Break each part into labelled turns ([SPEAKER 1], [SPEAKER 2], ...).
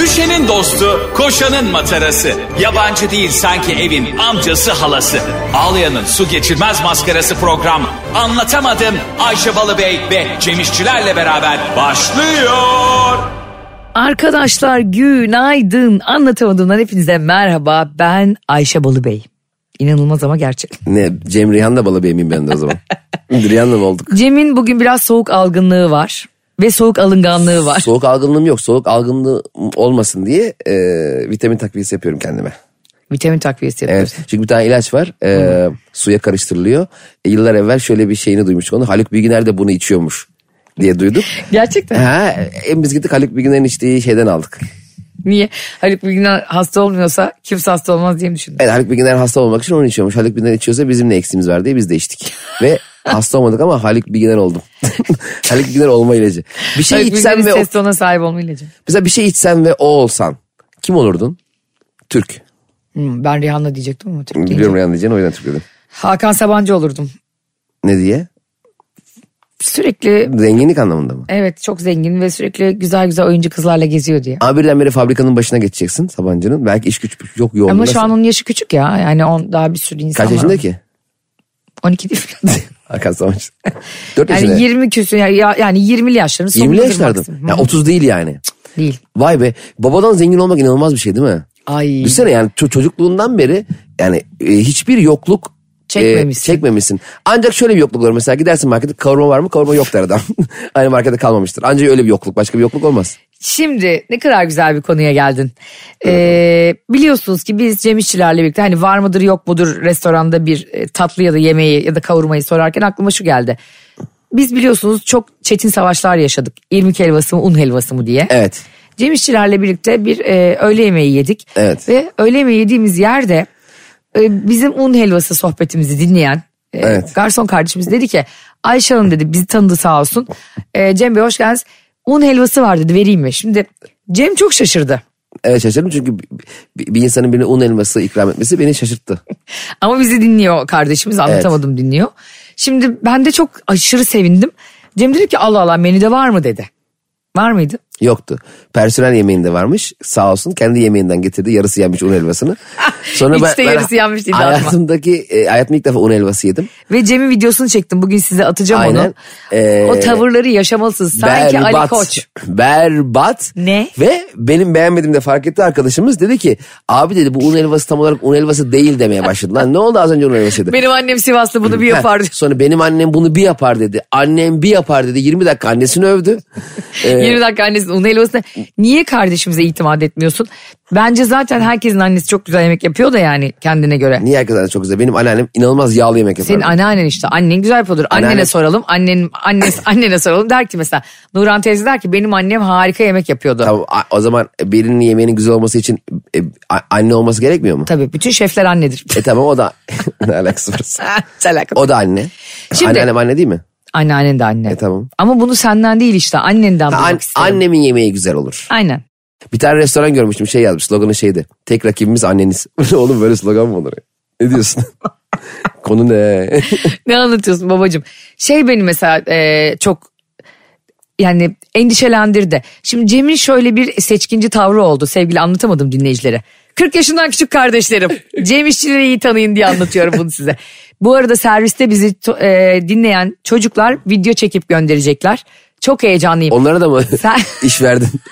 [SPEAKER 1] Ayşe'nin dostu, koşanın matarası. Yabancı değil sanki evin amcası halası. Ağlayan'ın su geçirmez maskarası program. Anlatamadım Ayşe Balıbey ve Cemişçilerle beraber başlıyor.
[SPEAKER 2] Arkadaşlar günaydın. Anlatamadığımdan hepinize merhaba. Ben Ayşe Balıbey. İnanılmaz ama gerçek.
[SPEAKER 3] Ne Cem Rihan da balı miyim ben de o zaman. Rihan'la mı olduk?
[SPEAKER 2] Cem'in bugün biraz soğuk algınlığı var. Ve soğuk alınganlığı var.
[SPEAKER 3] Soğuk algınlığım yok. Soğuk algınlığı olmasın diye e, vitamin takviyesi yapıyorum kendime.
[SPEAKER 2] Vitamin takviyesi yapıyoruz.
[SPEAKER 3] Evet. Çünkü bir tane ilaç var. e, suya karıştırılıyor. E, yıllar evvel şöyle bir şeyini duymuştuk onu. Haluk Bilginer de bunu içiyormuş diye duyduk.
[SPEAKER 2] Gerçekten.
[SPEAKER 3] ha, e, biz gittik Haluk Bilginer'in içtiği şeyden aldık.
[SPEAKER 2] Niye? Haluk Bilginer hasta olmuyorsa kimse hasta olmaz diye mi düşündün?
[SPEAKER 3] Evet, Haluk Bilginer hasta olmak için onu içiyormuş. Haluk Bilginer içiyorsa bizim ne eksiğimiz var diye biz de içtik. Ve hasta olmadık ama Haluk Bilginer oldum. Haluk Bilginer olma ilacı. Bir şey
[SPEAKER 2] Haluk
[SPEAKER 3] içsem
[SPEAKER 2] Bilginer'in
[SPEAKER 3] ve o
[SPEAKER 2] ses tonuna sahip olma ilacı.
[SPEAKER 3] Mesela bir şey içsen ve o olsan kim olurdun? Türk.
[SPEAKER 2] Hmm, ben Rihanna diyecektim ama Türk deyince.
[SPEAKER 3] Biliyorum Reyhan diyeceğini o yüzden Türk dedim.
[SPEAKER 2] Hakan Sabancı olurdum.
[SPEAKER 3] Ne diye?
[SPEAKER 2] Sürekli
[SPEAKER 3] Zenginlik anlamında mı?
[SPEAKER 2] evet çok zengin ve sürekli güzel güzel oyuncu kızlarla geziyor diye.
[SPEAKER 3] Ama birdenbire fabrikanın başına geçeceksin Sabancı'nın. Belki iş güç yok yoğun.
[SPEAKER 2] Ama
[SPEAKER 3] Nasıl?
[SPEAKER 2] şu an onun yaşı küçük ya. Yani on, daha bir sürü insan
[SPEAKER 3] Kaç
[SPEAKER 2] var.
[SPEAKER 3] yaşında ki?
[SPEAKER 2] 12 değil mi?
[SPEAKER 3] Hakan Sabancı. 4 yaşında.
[SPEAKER 2] yani 20 küsür yani, ya- yani 20'li yaşların sonunda.
[SPEAKER 3] 20 yaşlardım. Ya 30 değil yani.
[SPEAKER 2] Değil.
[SPEAKER 3] Vay be babadan zengin olmak inanılmaz bir şey değil mi?
[SPEAKER 2] Ay.
[SPEAKER 3] Düşünsene yani ço- çocukluğundan beri yani e, hiçbir yokluk e,
[SPEAKER 2] Çekmemişsin.
[SPEAKER 3] çekmemişsin. Ancak şöyle bir yokluk olur mesela gidersin markete kavurma var mı? Kavurma yok der adam. Aynı markette kalmamıştır. Ancak öyle bir yokluk başka bir yokluk olmaz.
[SPEAKER 2] Şimdi ne kadar güzel bir konuya geldin. Ee, biliyorsunuz ki biz Cem İşçilerle birlikte hani var mıdır yok mudur restoranda bir e, tatlı ya da yemeği ya da kavurmayı sorarken aklıma şu geldi. Biz biliyorsunuz çok çetin savaşlar yaşadık. İrmik helvası mı un helvası mı diye.
[SPEAKER 3] Evet.
[SPEAKER 2] Cem İşçilerle birlikte bir e, öğle yemeği yedik.
[SPEAKER 3] Evet.
[SPEAKER 2] Ve öğle yemeği yediğimiz yerde e, bizim un helvası sohbetimizi dinleyen e,
[SPEAKER 3] Evet.
[SPEAKER 2] garson kardeşimiz dedi ki Ayşe Hanım dedi bizi tanıdı sağ olsun. E, Cem Bey hoş geldiniz. Un helvası var dedi vereyim mi? Şimdi Cem çok şaşırdı.
[SPEAKER 3] Evet şaşırdım çünkü bi- bi- bir insanın birine un elması ikram etmesi beni şaşırttı.
[SPEAKER 2] Ama bizi dinliyor kardeşimiz anlatamadım dinliyor. Şimdi ben de çok aşırı sevindim. Cem dedi ki Allah Allah menüde var mı dedi. Var mıydı?
[SPEAKER 3] Yoktu. Personel yemeğinde varmış. Sağ olsun kendi yemeğinden getirdi. Yarısı yenmiş un helvasını.
[SPEAKER 2] Hiç de yarısı yenmiş değil, dağıtma.
[SPEAKER 3] Hayatımdaki, e, hayatımda ilk defa un helvası yedim.
[SPEAKER 2] Ve Cem'in videosunu çektim. Bugün size atacağım onu.
[SPEAKER 3] Aynen. Ee,
[SPEAKER 2] o tavırları yaşamalısınız. Sanki Ali Koç.
[SPEAKER 3] Berbat.
[SPEAKER 2] Ne?
[SPEAKER 3] Ve benim beğenmediğimde fark etti arkadaşımız dedi ki abi dedi bu un helvası tam olarak un helvası değil demeye başladı. Lan ne oldu az önce un helvasıydı?
[SPEAKER 2] Benim annem Sivaslı bunu bir
[SPEAKER 3] Heh,
[SPEAKER 2] yapar.
[SPEAKER 3] Sonra benim annem bunu bir yapar dedi. Annem bir yapar dedi. 20 dakika annesini övdü. Ee,
[SPEAKER 2] 20 dakika annesinin un helvasına. Niye kardeşimize itimat etmiyorsun? Bence zaten herkesin annesi çok güzel yemek yapıyor da yani kendine göre.
[SPEAKER 3] Niye arkadaşlar çok güzel? Benim anneannem inanılmaz yağlı yemek yapar.
[SPEAKER 2] Senin anneannen işte annen güzel yapıyordur. Annene
[SPEAKER 3] Anneanne-
[SPEAKER 2] soralım. Annen, annes, annene soralım. Der ki mesela Nurhan teyze der ki benim annem harika yemek yapıyordu.
[SPEAKER 3] Tamam, a- o zaman birinin yemeğinin güzel olması için e, a- anne olması gerekmiyor mu?
[SPEAKER 2] Tabii bütün şefler annedir.
[SPEAKER 3] E tamam o da ne alakası var?
[SPEAKER 2] Alakalı.
[SPEAKER 3] O da anne.
[SPEAKER 2] Şimdi-
[SPEAKER 3] Anneannem anne değil mi?
[SPEAKER 2] Anneannen de anne.
[SPEAKER 3] E, tamam.
[SPEAKER 2] Ama bunu senden değil işte annenden
[SPEAKER 3] Ha,
[SPEAKER 2] bulmak
[SPEAKER 3] an-
[SPEAKER 2] istedim.
[SPEAKER 3] annemin yemeği güzel olur.
[SPEAKER 2] Aynen.
[SPEAKER 3] Bir tane restoran görmüştüm şey yazmış sloganı şeydi. Tek rakibimiz anneniz. Oğlum böyle slogan mı olur? ya? Ne diyorsun? Konu ne?
[SPEAKER 2] Ne anlatıyorsun babacığım? Şey beni mesela e, çok yani endişelendirdi. Şimdi Cem'in şöyle bir seçkinci tavrı oldu sevgili anlatamadım dinleyicilere. 40 yaşından küçük kardeşlerim. Cem işçileri iyi tanıyın diye anlatıyorum bunu size. Bu arada serviste bizi to- e, dinleyen çocuklar video çekip gönderecekler. Çok heyecanlıyım.
[SPEAKER 3] Onlara da mı
[SPEAKER 2] Sen-
[SPEAKER 3] iş verdin?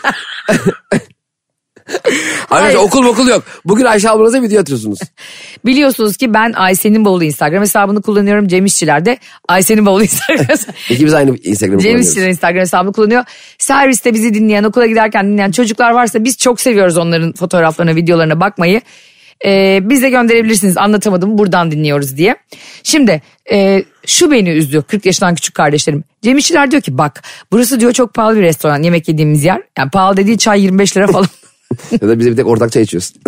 [SPEAKER 2] Hayır.
[SPEAKER 3] Arkadaşlar okul okul yok. Bugün Ayşe ablanıza video atıyorsunuz.
[SPEAKER 2] Biliyorsunuz ki ben Ayşe'nin bavulu Instagram hesabını kullanıyorum. Cem İşçiler de Ayşe'nin bavulu Instagram hesabı-
[SPEAKER 3] İkimiz aynı Instagram'ı
[SPEAKER 2] Cem
[SPEAKER 3] kullanıyoruz.
[SPEAKER 2] İşçiler Instagram hesabını kullanıyor. Serviste bizi dinleyen, okula giderken dinleyen çocuklar varsa biz çok seviyoruz onların fotoğraflarına, videolarına bakmayı. Ee, biz de gönderebilirsiniz anlatamadım buradan dinliyoruz diye. Şimdi e, şu beni üzdü 40 yaşından küçük kardeşlerim. Cem İşçiler diyor ki bak burası diyor çok pahalı bir restoran yemek yediğimiz yer. Yani pahalı dediği çay 25 lira falan.
[SPEAKER 3] Ya da bize bir tek ortak çay içiyorsun.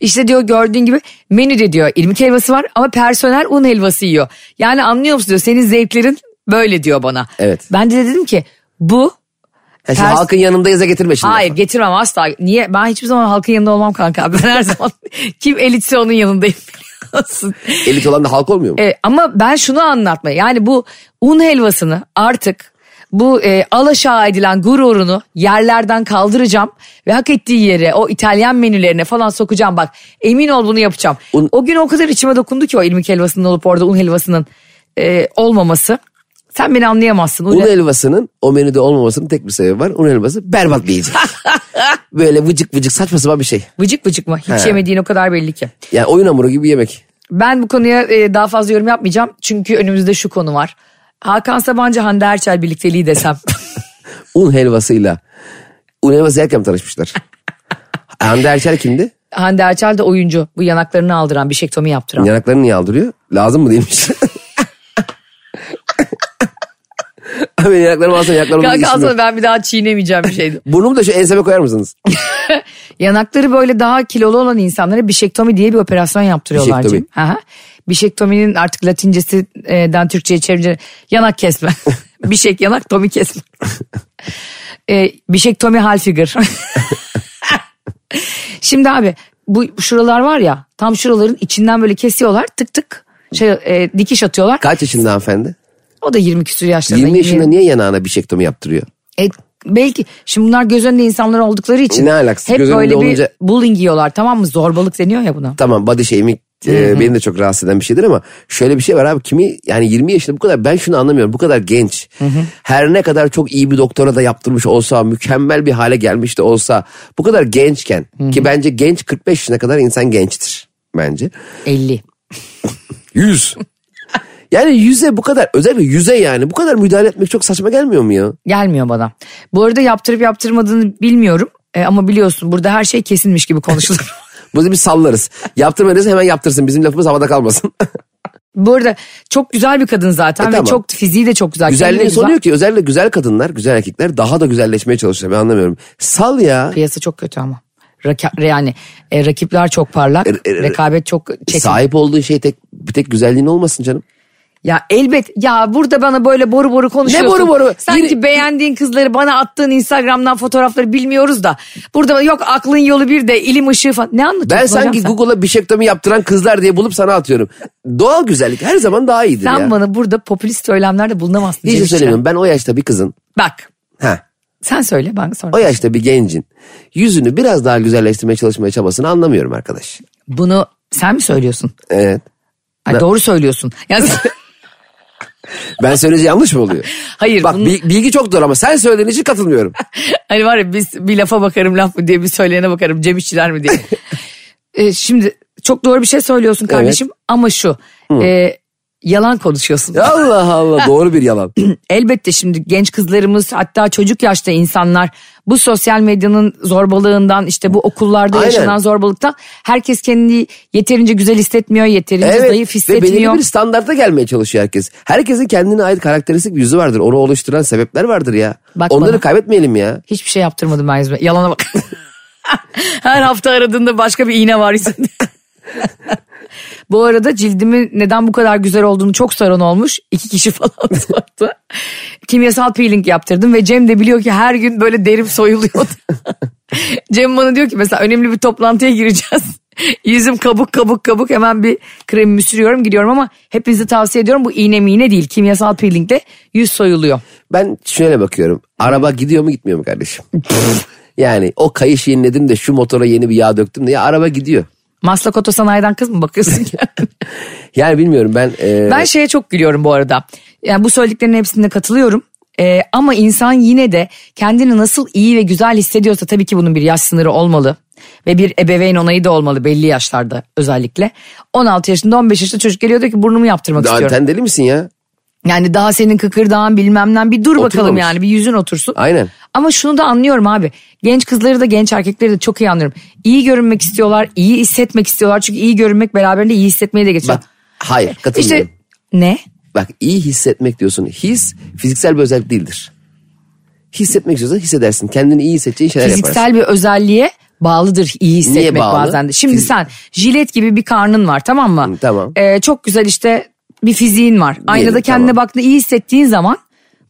[SPEAKER 2] İşte diyor gördüğün gibi menüde diyor irmik helvası var ama personel un helvası yiyor. Yani anlıyor musun diyor senin zevklerin böyle diyor bana.
[SPEAKER 3] Evet.
[SPEAKER 2] Ben de dedim ki bu
[SPEAKER 3] Ya şimdi
[SPEAKER 2] Ters-
[SPEAKER 3] halkın yanında yaza getirme şimdi.
[SPEAKER 2] hayır getirmem asla. Niye ben hiçbir zaman halkın yanında olmam kanka ben her zaman kim elitse onun yanındayım biliyorsun.
[SPEAKER 3] Elit olan da halk olmuyor mu?
[SPEAKER 2] E, ama ben şunu anlatmaya yani bu un helvasını artık bu e, alaşağı edilen gururunu yerlerden kaldıracağım ve hak ettiği yere o İtalyan menülerine falan sokacağım bak emin ol bunu yapacağım.
[SPEAKER 3] Un-
[SPEAKER 2] O gün o kadar içime dokundu ki o ilmik helvasının olup orada un helvasının e, olmaması. Sen beni anlayamazsın. Un
[SPEAKER 3] Un helvasının o menüde olmamasının tek bir sebebi var. Un helvası berbat bir yiyecek. Böyle vıcık vıcık saçma sapan bir şey.
[SPEAKER 2] vıcık vıcık mı? Hiç
[SPEAKER 3] He.
[SPEAKER 2] yemediğin o kadar belli ki.
[SPEAKER 3] Yani oyun hamuru gibi bir yemek.
[SPEAKER 2] Ben bu konuya e, daha fazla yorum yapmayacağım. Çünkü önümüzde şu konu var. Hakan Sabancı Hande Erçel birlikteliği desem.
[SPEAKER 3] Un helvasıyla. Un helvası yerken mi tanışmışlar? Hande Erçel kimdi?
[SPEAKER 2] Hande Erçel de oyuncu. Bu yanaklarını aldıran, bişektomi yaptıran.
[SPEAKER 3] Yanaklarını niye aldırıyor? Lazım mı demiş. Abi yanaklarımı alsana yanaklarımı
[SPEAKER 2] Kanka
[SPEAKER 3] alsana.
[SPEAKER 2] aslında ben bir daha çiğnemeyeceğim bir şey. şeydi.
[SPEAKER 3] Burnumu da şu enseme koyar mısınız?
[SPEAKER 2] Yanakları böyle daha kilolu olan insanlara bişektomi diye bir operasyon yaptırıyorlar.
[SPEAKER 3] Bişektomi.
[SPEAKER 2] Cem. Aha. Bişektominin artık latincesinden Türkçe'ye çevirince yanak kesme. Bişek yanak tomi kesme. e, bişektomi halfiger. Şimdi abi bu şuralar var ya tam şuraların içinden böyle kesiyorlar tık tık şey, e, dikiş atıyorlar.
[SPEAKER 3] Kaç yaşında hanımefendi?
[SPEAKER 2] O da 20 küsur yaşlarında.
[SPEAKER 3] 20 yaşında
[SPEAKER 2] 20.
[SPEAKER 3] niye yanağına bişektomi yaptırıyor?
[SPEAKER 2] E, belki şimdi bunlar göz önünde insanlar oldukları için
[SPEAKER 3] Ne alakası?
[SPEAKER 2] hep
[SPEAKER 3] Göz önünde
[SPEAKER 2] böyle
[SPEAKER 3] olunca-
[SPEAKER 2] bir bullying yiyorlar tamam mı zorbalık deniyor ya buna.
[SPEAKER 3] Tamam body shaming e, beni de çok rahatsız eden bir şeydir ama şöyle bir şey var abi kimi yani 20 yaşında bu kadar ben şunu anlamıyorum bu kadar genç her ne kadar çok iyi bir doktora da yaptırmış olsa mükemmel bir hale gelmiş de olsa bu kadar gençken ki bence genç 45 yaşına kadar insan gençtir bence
[SPEAKER 2] 50.
[SPEAKER 3] 100 yani yüze bu kadar özellikle yüze yani bu kadar müdahale etmek çok saçma gelmiyor mu ya?
[SPEAKER 2] Gelmiyor bana. Bu arada yaptırıp yaptırmadığını bilmiyorum. E, ama biliyorsun burada her şey kesinmiş gibi konuşulur.
[SPEAKER 3] Bunu bir sallarız. Yaptırmadıysa hemen yaptırsın. Bizim lafımız havada kalmasın.
[SPEAKER 2] Bu arada çok güzel bir kadın zaten
[SPEAKER 3] E,
[SPEAKER 2] ve
[SPEAKER 3] tamam.
[SPEAKER 2] çok fiziği de çok güzel. Kendine
[SPEAKER 3] Güzelliğin
[SPEAKER 2] güzel.
[SPEAKER 3] sonu yok ki. Özellikle güzel kadınlar, güzel erkekler daha da güzelleşmeye çalışıyor. Ben anlamıyorum. Sal ya.
[SPEAKER 2] Piyasa çok kötü ama. Raka- yani e, rakipler çok parlak.
[SPEAKER 3] e, e.
[SPEAKER 2] rekabet çok çetin.
[SPEAKER 3] Sahip olduğun şey tek bir tek güzelliğin olmasın canım.
[SPEAKER 2] Ya elbet ya burada bana böyle boru boru konuşuyorsun.
[SPEAKER 3] boru boru?
[SPEAKER 2] Sanki
[SPEAKER 3] Yine-
[SPEAKER 2] beğendiğin kızları bana attığın Instagram'dan fotoğrafları bilmiyoruz da. Burada yok aklın yolu bir de ilim ışığı falan. Ne anlatıyorsun
[SPEAKER 3] Ben
[SPEAKER 2] hocam
[SPEAKER 3] sanki
[SPEAKER 2] sen?
[SPEAKER 3] Google'a bişektomi yaptıran kızlar diye bulup sana atıyorum. Doğal güzellik her zaman daha iyidir
[SPEAKER 2] Sen
[SPEAKER 3] ya.
[SPEAKER 2] bana burada popülist söylemlerde bulunamazsın.
[SPEAKER 3] Hiç de
[SPEAKER 2] Cemilciğim.
[SPEAKER 3] söylemiyorum. Ben o yaşta bir kızın.
[SPEAKER 2] Bak
[SPEAKER 3] Ha.
[SPEAKER 2] sen söyle ben sonra.
[SPEAKER 3] O yaşta bir gencin yüzünü biraz daha güzelleştirmeye çalışmaya çabasını anlamıyorum arkadaş.
[SPEAKER 2] Bunu sen mi söylüyorsun?
[SPEAKER 3] Evet.
[SPEAKER 2] Ay, doğru söylüyorsun. Yani,
[SPEAKER 3] Ben söyleyince yanlış mı oluyor?
[SPEAKER 2] hayır.
[SPEAKER 3] Bak
[SPEAKER 2] bunun-
[SPEAKER 3] bi- bilgi çok doğru ama sen söylediğin için katılmıyorum.
[SPEAKER 2] Hani var ya biz bir lafa bakarım laf mı diye bir söyleyene bakarım Cem İşçiler mi diye. E, şimdi çok doğru bir şey söylüyorsun kardeşim ama şu e, yalan konuşuyorsun.
[SPEAKER 3] Allah Allah doğru bir yalan.
[SPEAKER 2] Elbette şimdi genç kızlarımız hatta çocuk yaşta insanlar bu sosyal medyanın zorbalığından işte bu okullarda
[SPEAKER 3] Aynen.
[SPEAKER 2] yaşanan zorbalıktan herkes kendini yeterince güzel hissetmiyor yeterince zayıf
[SPEAKER 3] ve belirli
[SPEAKER 2] hissetmiyor.
[SPEAKER 3] bir standarta gelmeye çalışıyor herkes. Herkesin kendine ait karakteristik bir yüzü vardır. Onu oluşturan sebepler vardır ya.
[SPEAKER 2] Bak
[SPEAKER 3] Onları
[SPEAKER 2] bana.
[SPEAKER 3] kaybetmeyelim ya.
[SPEAKER 2] Hiçbir şey yaptırmadım ben yüzüme yalana bak. Her hafta aradığında başka bir iğne var yüzümde. bu arada cildimin neden bu kadar güzel olduğunu çok soran olmuş. İki kişi falan sordu. Kimyasal peeling yaptırdım ve Cem de biliyor ki her gün böyle derim soyuluyordu. Cem bana diyor ki mesela önemli bir toplantıya gireceğiz. Yüzüm kabuk kabuk kabuk hemen bir kremimi sürüyorum gidiyorum ama hepinizi tavsiye ediyorum bu iğne miğne değil kimyasal peelingle yüz soyuluyor.
[SPEAKER 3] Ben şöyle bakıyorum. Araba gidiyor mu gitmiyor mu kardeşim? yani o kayış yeniledim de şu motora yeni bir yağ döktüm de ya araba gidiyor.
[SPEAKER 2] Maslak Otosanayi'den kız mı bakıyorsun ki?
[SPEAKER 3] Yani bilmiyorum ben... e,
[SPEAKER 2] Ben şeye çok gülüyorum bu arada. Yani bu söylediklerinin hepsine katılıyorum. Ee, ama insan yine de kendini nasıl iyi ve güzel hissediyorsa tabii ki bunun bir yaş sınırı olmalı. Ve bir ebeveyn onayı da olmalı belli yaşlarda özellikle. 16 yaşında 15 yaşında çocuk geliyor diyor ki burnumu yaptırmak
[SPEAKER 3] Daha
[SPEAKER 2] istiyorum.
[SPEAKER 3] sen deli misin ya?
[SPEAKER 2] Yani daha senin kıkırdağın bilmem ne bir dur bakalım
[SPEAKER 3] Oturmamış.
[SPEAKER 2] yani bir yüzün otursun.
[SPEAKER 3] Aynen.
[SPEAKER 2] Ama şunu da anlıyorum abi. Genç kızları da genç erkekleri de çok iyi anlıyorum. İyi görünmek istiyorlar, iyi hissetmek istiyorlar. Çünkü iyi görünmek beraberinde iyi hissetmeyi de getiriyor.
[SPEAKER 3] Bak hayır katılmıyorum.
[SPEAKER 2] işte ne?
[SPEAKER 3] Bak iyi hissetmek diyorsun. His fiziksel bir özellik değildir. Hissetmek istiyorsan hissedersin. Kendini iyi hissedeceğin şeyler yaparsın.
[SPEAKER 2] fiziksel bir özelliğe bağlıdır iyi hissetmek
[SPEAKER 3] bağlı?
[SPEAKER 2] bazen de. Şimdi
[SPEAKER 3] Fiz-
[SPEAKER 2] sen jilet gibi bir karnın var tamam mı?
[SPEAKER 3] Hı, tamam.
[SPEAKER 2] Ee, çok güzel işte bir fiziğin var. Aynada kendine
[SPEAKER 3] tamam.
[SPEAKER 2] baktığında iyi hissettiğin zaman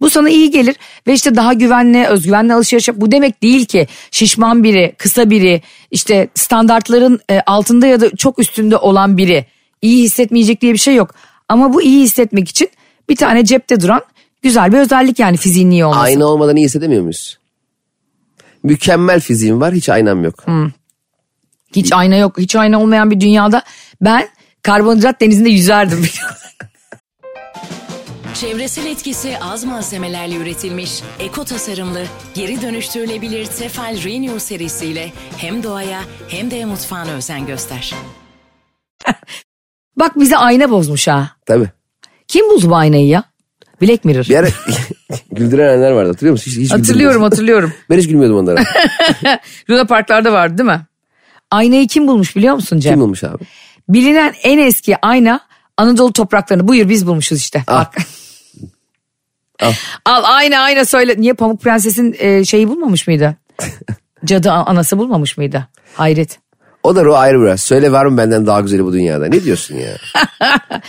[SPEAKER 2] bu sana iyi gelir ve işte daha güvenli, özgüvenli alışveriş yap. Bu demek değil ki şişman biri, kısa biri, işte standartların e, altında ya da çok üstünde olan biri iyi hissetmeyecek diye bir şey yok. Ama bu iyi hissetmek için bir tane cepte duran Güzel bir özellik yani fiziğin iyi olması.
[SPEAKER 3] Ayna olmadan iyi hissedemiyor muyuz? Mükemmel fiziğim var hiç aynam yok.
[SPEAKER 2] Hmm. Hiç ayna yok. Hiç ayna olmayan bir dünyada ben karbonhidrat denizinde yüzerdim.
[SPEAKER 4] Çevresel etkisi az malzemelerle üretilmiş, eko tasarımlı, geri dönüştürülebilir Tefal Renew serisiyle hem doğaya hem de mutfağına özen göster.
[SPEAKER 2] Bak bize ayna bozmuş ha.
[SPEAKER 3] Tabii.
[SPEAKER 2] Kim buldu bu aynayı ya? Black Mirror.
[SPEAKER 3] Bir ara güldürenler vardı hatırlıyor musun? Hiç, hiç
[SPEAKER 2] hatırlıyorum
[SPEAKER 3] güldürmüyorsun.
[SPEAKER 2] hatırlıyorum.
[SPEAKER 3] Ben hiç gülmüyordum onlara.
[SPEAKER 2] Luna Parklarda vardı değil mi? Aynayı kim bulmuş biliyor musun Cem?
[SPEAKER 3] Kim olmuş abi?
[SPEAKER 2] Bilinen en eski ayna Anadolu topraklarını. Buyur biz bulmuşuz işte.
[SPEAKER 3] Al.
[SPEAKER 2] Bak. Ah.
[SPEAKER 3] Al.
[SPEAKER 2] Al ayna ayna söyle. Niye Pamuk Prenses'in e, şeyi bulmamış mıydı? Cadı a- anası bulmamış mıydı? Hayret.
[SPEAKER 3] O da ruh ayrı biraz. Söyle var mı benden daha güzeli bu dünyada? Ne diyorsun ya?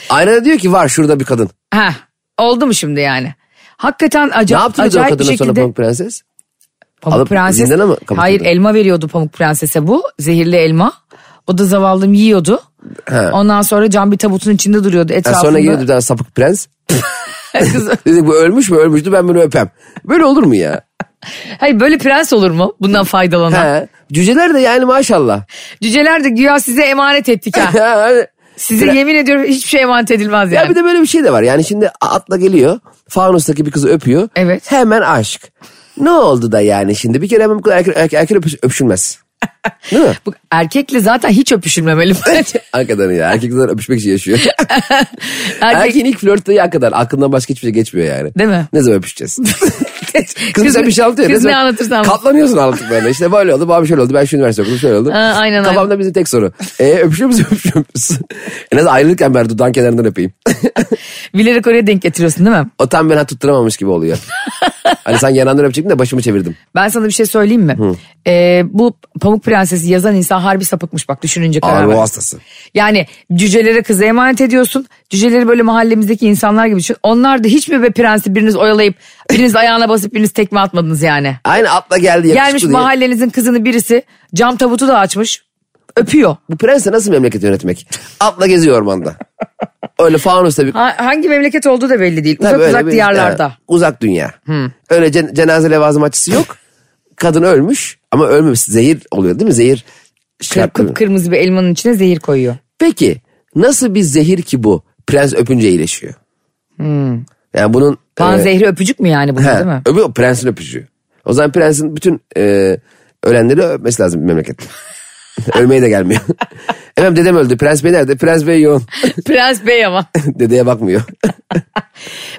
[SPEAKER 3] Aynada diyor ki var şurada bir kadın.
[SPEAKER 2] Heh, oldu mu şimdi yani? Hakikaten
[SPEAKER 3] Ne
[SPEAKER 2] aca-
[SPEAKER 3] yaptı bir de o
[SPEAKER 2] acayip bir
[SPEAKER 3] kadına sonra
[SPEAKER 2] şekilde...
[SPEAKER 3] Pamuk Prenses?
[SPEAKER 2] Pamuk
[SPEAKER 3] Alıp
[SPEAKER 2] Prenses.
[SPEAKER 3] zindana mı kapatıldı?
[SPEAKER 2] Hayır elma veriyordu Pamuk Prenses'e bu. Zehirli elma. O da zavallım yiyordu. Ondan sonra cam bir tabutun içinde duruyordu
[SPEAKER 3] Ha,
[SPEAKER 2] etrafında.
[SPEAKER 3] sonra geliyor bir tane sapık prens.
[SPEAKER 2] Kız-
[SPEAKER 3] Dedik bu ölmüş mü ölmüştü ben bunu öpem. Böyle olur mu ya?
[SPEAKER 2] Hayır böyle prens olur mu bundan faydalanan?
[SPEAKER 3] Ha. Cüceler de yani maşallah.
[SPEAKER 2] Cüceler de güya size emanet ettik ha. Size yemin ediyorum hiçbir şey emanet edilmez yani.
[SPEAKER 3] Ya bir de böyle bir şey de var. Yani şimdi atla geliyor. Fanustaki bir kızı öpüyor.
[SPEAKER 2] Evet.
[SPEAKER 3] Hemen aşk. Ne oldu da yani şimdi? Bir kere hemen bu kadar erken, erken, erken öpüş- öpüşülmez. Değil mi?
[SPEAKER 2] Bu erkekle zaten hiç öpüşülmemeli.
[SPEAKER 3] Hakikaten ya. Erkekler öpüşmek için yaşıyor.
[SPEAKER 2] Erkek,
[SPEAKER 3] Erkeğin ilk flörtü hakikaten. Aklından başka hiçbir şey geçmiyor yani.
[SPEAKER 2] Değil mi?
[SPEAKER 3] Ne zaman öpüşeceğiz? Kız,
[SPEAKER 2] Kız-
[SPEAKER 3] bize bir şey anlatıyor.
[SPEAKER 2] kız
[SPEAKER 3] zaman-
[SPEAKER 2] ne anlatırsa anlat.
[SPEAKER 3] Katlanıyorsun anlattıklarına. İşte böyle oldu, bana şöyle oldu, ben şu üniversite okudum, şöyle oldu.
[SPEAKER 2] Ha, aynen,
[SPEAKER 3] Kafamda bizim tek soru. E, öpüşüyor musun, öpüşüyor musun? en az ayrılırken ben dudağın kenarından öpeyim.
[SPEAKER 2] bilerek oraya denk getiriyorsun değil mi?
[SPEAKER 3] O tam ben ha tutturamamış gibi oluyor. hani sen yanağından öpecektin de başımı çevirdim.
[SPEAKER 2] Ben sana bir şey söyleyeyim mi? Ee, bu Pamuk Prensesi yazan insan harbi sapıkmış bak düşününce karar
[SPEAKER 3] Ağır
[SPEAKER 2] ver.
[SPEAKER 3] ruh hastası.
[SPEAKER 2] Yani cücelere kızı emanet ediyorsun. Cüceleri böyle mahallemizdeki insanlar gibi düşün. Onlar da hiçbir be prensi biriniz oyalayıp biriniz ayağına basıp biriniz tekme atmadınız yani.
[SPEAKER 3] Aynı atla geldi yakışıklı
[SPEAKER 2] Gelmiş
[SPEAKER 3] diye.
[SPEAKER 2] mahallenizin kızını birisi cam tabutu da açmış öpüyor.
[SPEAKER 3] Bu prense nasıl memleket yönetmek? Atla geziyor ormanda. Öyle fanusta bir...
[SPEAKER 2] Ha- hangi memleket olduğu da belli değil.
[SPEAKER 3] Tabii
[SPEAKER 2] uzak
[SPEAKER 3] öyle
[SPEAKER 2] uzak
[SPEAKER 3] bir-
[SPEAKER 2] diyarlarda.
[SPEAKER 3] Ha, uzak dünya. Öyle cen- cenaze levazımatçısı yok. Kadın ölmüş ama ölmemiş. Zehir oluyor değil mi? Zehir.
[SPEAKER 2] Kır,
[SPEAKER 3] şarkı-
[SPEAKER 2] kıpkırmızı bir elmanın içine zehir koyuyor.
[SPEAKER 3] Peki nasıl bir zehir ki bu? Prens öpünce iyileşiyor.
[SPEAKER 2] Hmm.
[SPEAKER 3] Yani bunun...
[SPEAKER 2] Kan
[SPEAKER 3] e,
[SPEAKER 2] zehri öpücük mü yani bunun
[SPEAKER 3] He,
[SPEAKER 2] değil mi?
[SPEAKER 3] öbür- prensin öpücüğü. O zaman prensin bütün e, ölenleri öpmesi lazım memlekette. Ölmeye de gelmiyor. Efendim dedem öldü. Prens Bey nerede? Prens Bey yoğun.
[SPEAKER 2] Prens Bey ama.
[SPEAKER 3] Dedeye bakmıyor.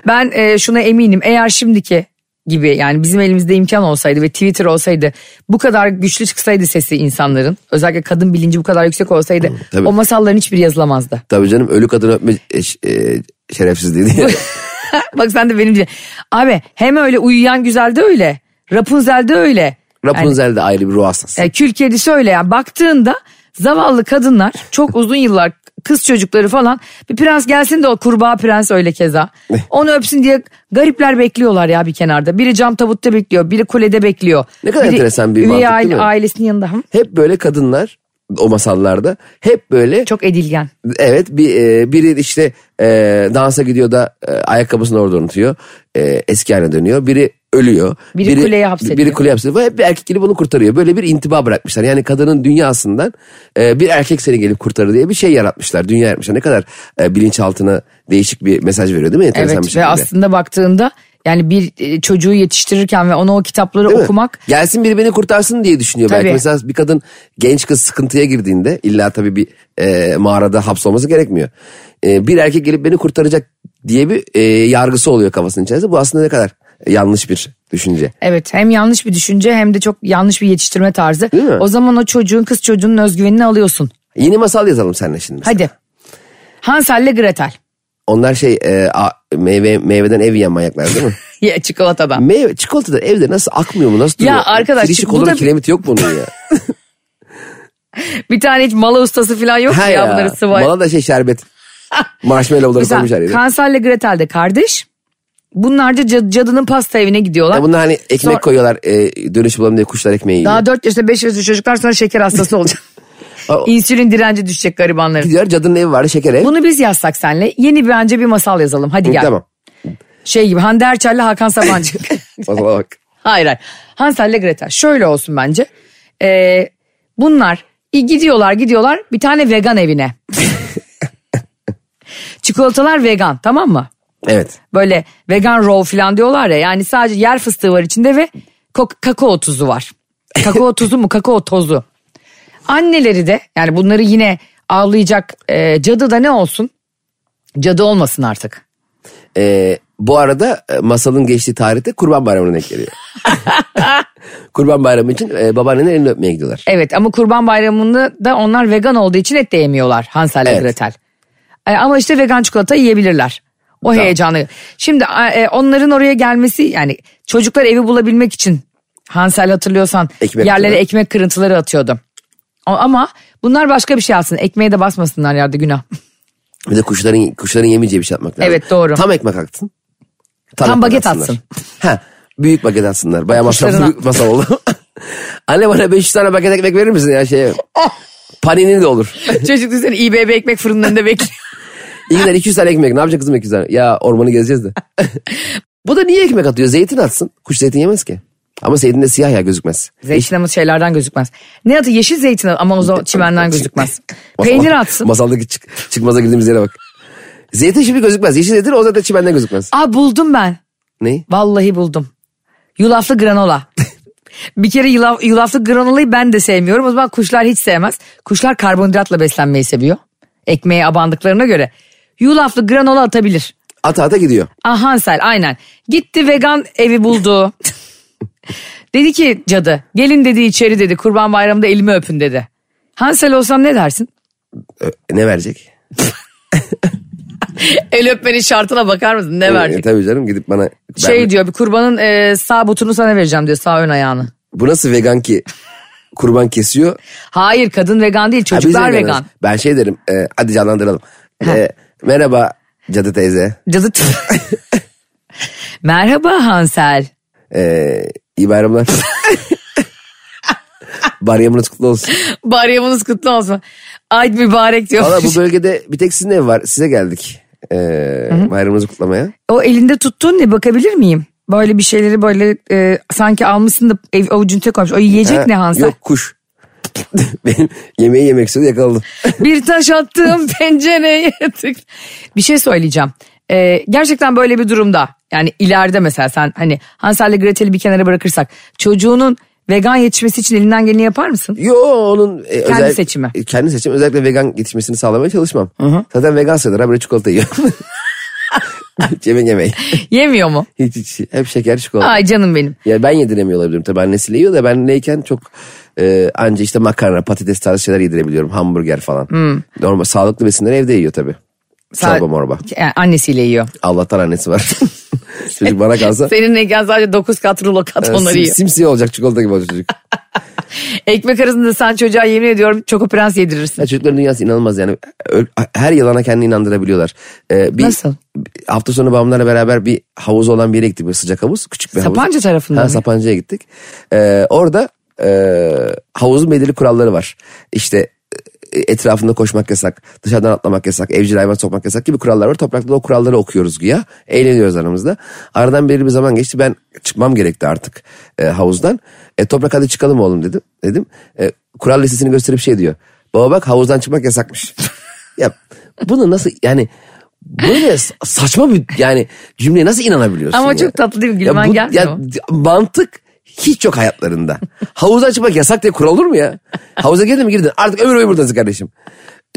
[SPEAKER 2] Ben e, şuna eminim eğer şimdiki gibi yani bizim elimizde imkan olsaydı ve Twitter olsaydı bu kadar güçlü çıksaydı sesi insanların özellikle kadın bilinci bu kadar yüksek olsaydı
[SPEAKER 3] tabii.
[SPEAKER 2] o masalların hiçbiri yazılamazdı.
[SPEAKER 3] Tabii canım ölü kadını öpme e, ş- e, şerefsizliği diye.
[SPEAKER 2] Bak sen de benim diye. Abi hem öyle uyuyan güzel de öyle Rapunzel de öyle.
[SPEAKER 3] Rapunzel de ayrı bir ruh hastası.
[SPEAKER 2] E, kül kedisi öyle yani baktığında zavallı kadınlar çok uzun yıllar kız çocukları falan bir prens gelsin de o kurbağa prens öyle keza. Onu öpsün diye garipler bekliyorlar ya bir kenarda. Biri cam tabutta bekliyor, biri kulede bekliyor.
[SPEAKER 3] Ne kadar
[SPEAKER 2] Biri
[SPEAKER 3] enteresan bir
[SPEAKER 2] üvey
[SPEAKER 3] mantık değil
[SPEAKER 2] aile-
[SPEAKER 3] mi?
[SPEAKER 2] ailesinin yanında. Hı?
[SPEAKER 3] Hep böyle kadınlar o masallarda hep böyle
[SPEAKER 2] Çok edilgen.
[SPEAKER 3] Evet bir e, biri işte e, dansa gidiyor da e, ayakkabısını orada unutuyor. E, eski haline dönüyor. Biri ölüyor.
[SPEAKER 2] Biri kuleye hapsediliyor.
[SPEAKER 3] Biri kuleye hapsediliyor. Ve Hep bir erkek gelip onu kurtarıyor. Böyle bir intiba bırakmışlar. Yani kadının dünyasından e, bir erkek seni gelip kurtarır diye bir şey yaratmışlar. Dünya yaratmışlar. Ne kadar e, bilinçaltına değişik bir mesaj veriyor değil mi? Enteresan bir
[SPEAKER 2] Evet
[SPEAKER 3] şekilde.
[SPEAKER 2] ve aslında baktığında yani bir e, çocuğu yetiştirirken ve ona o kitapları
[SPEAKER 3] Değil mi?
[SPEAKER 2] okumak
[SPEAKER 3] Gelsin biri beni kurtarsın diye düşünüyor
[SPEAKER 2] Tabii.
[SPEAKER 3] belki. Mesela bir kadın genç kız sıkıntıya girdiğinde illa tabii bir e, mağarada hapsolması gerekmiyor. E, bir erkek gelip beni kurtaracak diye bir e, yargısı oluyor kafasının içerisinde. Bu aslında ne kadar yanlış bir düşünce.
[SPEAKER 2] Evet hem yanlış bir düşünce hem de çok yanlış bir yetiştirme tarzı.
[SPEAKER 3] Değil mi?
[SPEAKER 2] O zaman o çocuğun kız çocuğunun özgüvenini alıyorsun.
[SPEAKER 3] Yeni masal yazalım seninle şimdi. mesela.
[SPEAKER 2] Hadi. Hansel ile Gretel.
[SPEAKER 3] Onlar şey e, a- meyve meyveden ev yiyen manyaklar değil mi?
[SPEAKER 2] Ya çikolatadan.
[SPEAKER 3] Meyve çikolatadan evde nasıl akmıyor mu nasıl duruyor?
[SPEAKER 2] arkadaş,
[SPEAKER 3] Kirişi
[SPEAKER 2] bu
[SPEAKER 3] kolun
[SPEAKER 2] da-
[SPEAKER 3] kiremiti yok bunun ya.
[SPEAKER 2] Bir tane hiç mala ustası falan yok
[SPEAKER 3] Ha
[SPEAKER 2] ya, ya bunları sıvay.
[SPEAKER 3] Bana da şey şerbet. Marshmallow'ları koymuş her
[SPEAKER 2] Mesela
[SPEAKER 3] yere.
[SPEAKER 2] Hansel ile Gretel de kardeş. Bunlar da cad- cadının pasta evine gidiyorlar.
[SPEAKER 3] Ya bunlar hani ekmek
[SPEAKER 2] Sonra-
[SPEAKER 3] koyuyorlar e, dönüş bulalım diye kuşlar ekmeği yiyor.
[SPEAKER 2] Daha 4 yaşında 5 yaşında çocuklar sonra şeker hastası olacak.
[SPEAKER 3] Aa,
[SPEAKER 2] İnsülin direnci düşecek garibanların.
[SPEAKER 3] Gidiyor cadının evi var şeker ev.
[SPEAKER 2] Bunu biz yazsak senle. Yeni bence bir masal yazalım. Hadi gel.
[SPEAKER 3] Tamam.
[SPEAKER 2] Şey gibi Hande Erçel'le Hakan Sabancı.
[SPEAKER 3] O zaman bak.
[SPEAKER 2] hayır hayır. Hansel'le Gretel. Şöyle olsun bence. Ee, bunlar i- gidiyorlar gidiyorlar bir tane vegan evine. Çikolatalar vegan tamam mı?
[SPEAKER 3] Evet.
[SPEAKER 2] Böyle vegan roll falan diyorlar ya. Yani sadece yer fıstığı var içinde ve kok- kakao tuzu var. Kakao tuzu mu kakao tozu. Anneleri de yani bunları yine ağlayacak e, cadı da ne olsun? Cadı olmasın artık.
[SPEAKER 3] Ee, bu arada e, masalın geçtiği tarihte Kurban Bayramı'na denk geliyor. Kurban Bayramı için e, babaannenin elini öpmeye gidiyorlar.
[SPEAKER 2] Evet ama kurban bayramında da onlar vegan olduğu için et de yemiyorlar Hansel
[SPEAKER 3] Evet.
[SPEAKER 2] ve Gretel. E, ama işte vegan çikolata yiyebilirler. O heyecanı. Şimdi e, onların oraya gelmesi yani çocuklar evi bulabilmek için Hansel hatırlıyorsan
[SPEAKER 3] Ekmek
[SPEAKER 2] yerlere
[SPEAKER 3] atıyorlar.
[SPEAKER 2] ekmek kırıntıları atıyordu. O- Ama bunlar başka bir şey alsın. Ekmeğe de basmasınlar yerde günah.
[SPEAKER 3] Bir de kuşların kuşların yemeyeceği bir şey atmak lazım.
[SPEAKER 2] Evet, doğru.
[SPEAKER 3] Tam ekmek aksın.
[SPEAKER 2] Tam
[SPEAKER 3] ekmek
[SPEAKER 2] baget
[SPEAKER 3] atsınlar.
[SPEAKER 2] atsın.
[SPEAKER 3] Ha, büyük baget atsınlar. Bayağı masal,
[SPEAKER 2] Kuşların
[SPEAKER 3] büyük masal oldu. Anne bana 500 tane baget ekmek verir misin ya şeye?
[SPEAKER 2] Oh.
[SPEAKER 3] Panini de olur.
[SPEAKER 2] Çocuk düşünsene İBB ekmek fırının önünde bekliyor.
[SPEAKER 3] İyi günler 200 tane ekmek. Ne yapacak kızım 200 tane? Ya ormanı gezeceğiz de. Bu da niye ekmek atıyor? Zeytin atsın. Kuş zeytin yemez ki. Ama zeytin de siyah ya gözükmez.
[SPEAKER 2] Zeytin ama şeylerden gözükmez. Ne atı? Yeşil zeytin atı. ama o zaman çimenden gözükmez.
[SPEAKER 3] Masal-
[SPEAKER 2] Peynir atsın.
[SPEAKER 3] Masaldaki çık, çıkmaza girdiğimiz yere bak. Zeytin şimdi gözükmez. Yeşil zeytin o zaten çimenden gözükmez.
[SPEAKER 2] Aa buldum ben.
[SPEAKER 3] Neyi?
[SPEAKER 2] Vallahi buldum. Yulaflı granola. bir kere yulaf, yulaflı granolayı ben de sevmiyorum. O zaman kuşlar hiç sevmez. Kuşlar karbonhidratla beslenmeyi seviyor. Ekmeğe abandıklarına göre. Yulaflı granola atabilir.
[SPEAKER 3] Ata ata gidiyor.
[SPEAKER 2] Ah Hansel aynen. Gitti vegan evi buldu. dedi ki cadı gelin dedi içeri dedi kurban bayramında elimi öpün dedi. Hansel olsam ne dersin?
[SPEAKER 3] E, ne verecek?
[SPEAKER 2] El öpmenin şartına bakar mısın
[SPEAKER 3] E,
[SPEAKER 2] ne
[SPEAKER 3] e,
[SPEAKER 2] verecek?
[SPEAKER 3] tabii canım gidip bana. ben-
[SPEAKER 2] Şey diyor bir kurbanın e, sağ butunu sana vereceğim diyor sağ ön ayağını.
[SPEAKER 3] Bu nasıl vegan ki? Kurban kesiyor.
[SPEAKER 2] Hayır kadın vegan değil
[SPEAKER 3] Ha, biz de
[SPEAKER 2] çocuklar
[SPEAKER 3] veganız.
[SPEAKER 2] vegan.
[SPEAKER 3] Ben şey derim. e, hadi canlandıralım. E, merhaba cadı teyze.
[SPEAKER 2] Cadı t- Merhaba Hansel.
[SPEAKER 3] E, iyi bayramlar. Bayramınız kutlu olsun.
[SPEAKER 2] Bayramınız kutlu olsun. Ay mübarek diyor.
[SPEAKER 3] Valla bu bölgede bir tek sizin ev var. Size geldik. E, bayramınızı kutlamaya.
[SPEAKER 2] O elinde tuttuğun ne bakabilir miyim? Böyle bir şeyleri böyle e, sanki almışsın da ev avucun tek olmuş. O yiyecek
[SPEAKER 3] Ha,
[SPEAKER 2] ne Hansel?
[SPEAKER 3] Yok kuş. Benim yemeği yemek istiyordu yakaladım.
[SPEAKER 2] bir taş attığım pencereye tık. Bir şey söyleyeceğim. Ee, gerçekten böyle bir durumda yani ileride mesela sen hani Hansel'le Gretel'i bir kenara bırakırsak çocuğunun vegan yetişmesi için elinden geleni yapar mısın?
[SPEAKER 3] Yo onun e,
[SPEAKER 2] Kendi seçimi.
[SPEAKER 3] e, Kendi seçimi. Özellikle vegan yetişmesini sağlamaya çalışmam. Zaten vegan sayılır. Ha böyle çikolata yiyor. Hiç yemek yemeyi.
[SPEAKER 2] Yemiyor mu?
[SPEAKER 3] Hiç, hiç. Hep şeker çikolata.
[SPEAKER 2] Ay canım benim.
[SPEAKER 3] Ya ben yediremiyor olabilirim tabii annesiyle yiyor da ben neyken çok e, anca işte makarna patates tarzı şeyler yedirebiliyorum hamburger falan. Normal sağlıklı besinleri evde yiyor tabii.
[SPEAKER 2] Hmm. Sa-
[SPEAKER 3] Çorba morba.
[SPEAKER 2] Yani annesiyle yiyor.
[SPEAKER 3] Allah'tan annesi var. çocuk bana kalsa
[SPEAKER 2] Senin eken sadece 9 kat rulo kat
[SPEAKER 3] e,
[SPEAKER 2] onları
[SPEAKER 3] sim-
[SPEAKER 2] yiyor.
[SPEAKER 3] simsiyah olacak çikolata gibi olacak çocuk.
[SPEAKER 2] Ekmek arasında sen çocuğa yemin ediyorum Çoko Prens yedirirsin.
[SPEAKER 3] Ya çocukların dünyası inanılmaz yani. Ö- Her yılana kendini inandırabiliyorlar. Ee, bir,
[SPEAKER 2] Nasıl?
[SPEAKER 3] bir Hafta sonu babamlarla beraber bir havuz olan bir yere gittik. Böyle sıcak havuz. Küçük bir havuz.
[SPEAKER 2] Sapanca tarafında
[SPEAKER 3] Ha,
[SPEAKER 2] mı?
[SPEAKER 3] Sapanca'ya gittik. Ee, orada e, havuzun belirli kuralları var. İşte e, etrafında koşmak yasak, dışarıdan atlamak yasak, evcil hayvan sokmak yasak gibi kurallar var. Toprakta da o kuralları okuyoruz güya. Eğleniyoruz aramızda. Aradan belirli bir zaman geçti. Ben çıkmam gerekti artık e, havuzdan. E, toprak hadi çıkalım oğlum dedim. dedim. E, kural listesini gösterip şey diyor. Baba bak havuzdan çıkmak yasakmış. ya bunu nasıl yani böyle sa- saçma bir yani cümleye nasıl inanabiliyorsun?
[SPEAKER 2] Ama
[SPEAKER 3] ya?
[SPEAKER 2] çok tatlı değil mi?
[SPEAKER 3] Ya
[SPEAKER 2] Gülmen
[SPEAKER 3] bu-
[SPEAKER 2] gelmiyor
[SPEAKER 3] ya
[SPEAKER 2] mu?
[SPEAKER 3] D- mantık hiç yok hayatlarında. Havuza çıkmak yasak diye kural olur mu ya? Havuza girdin mi girdin. Artık ömür boyu buradasın kardeşim.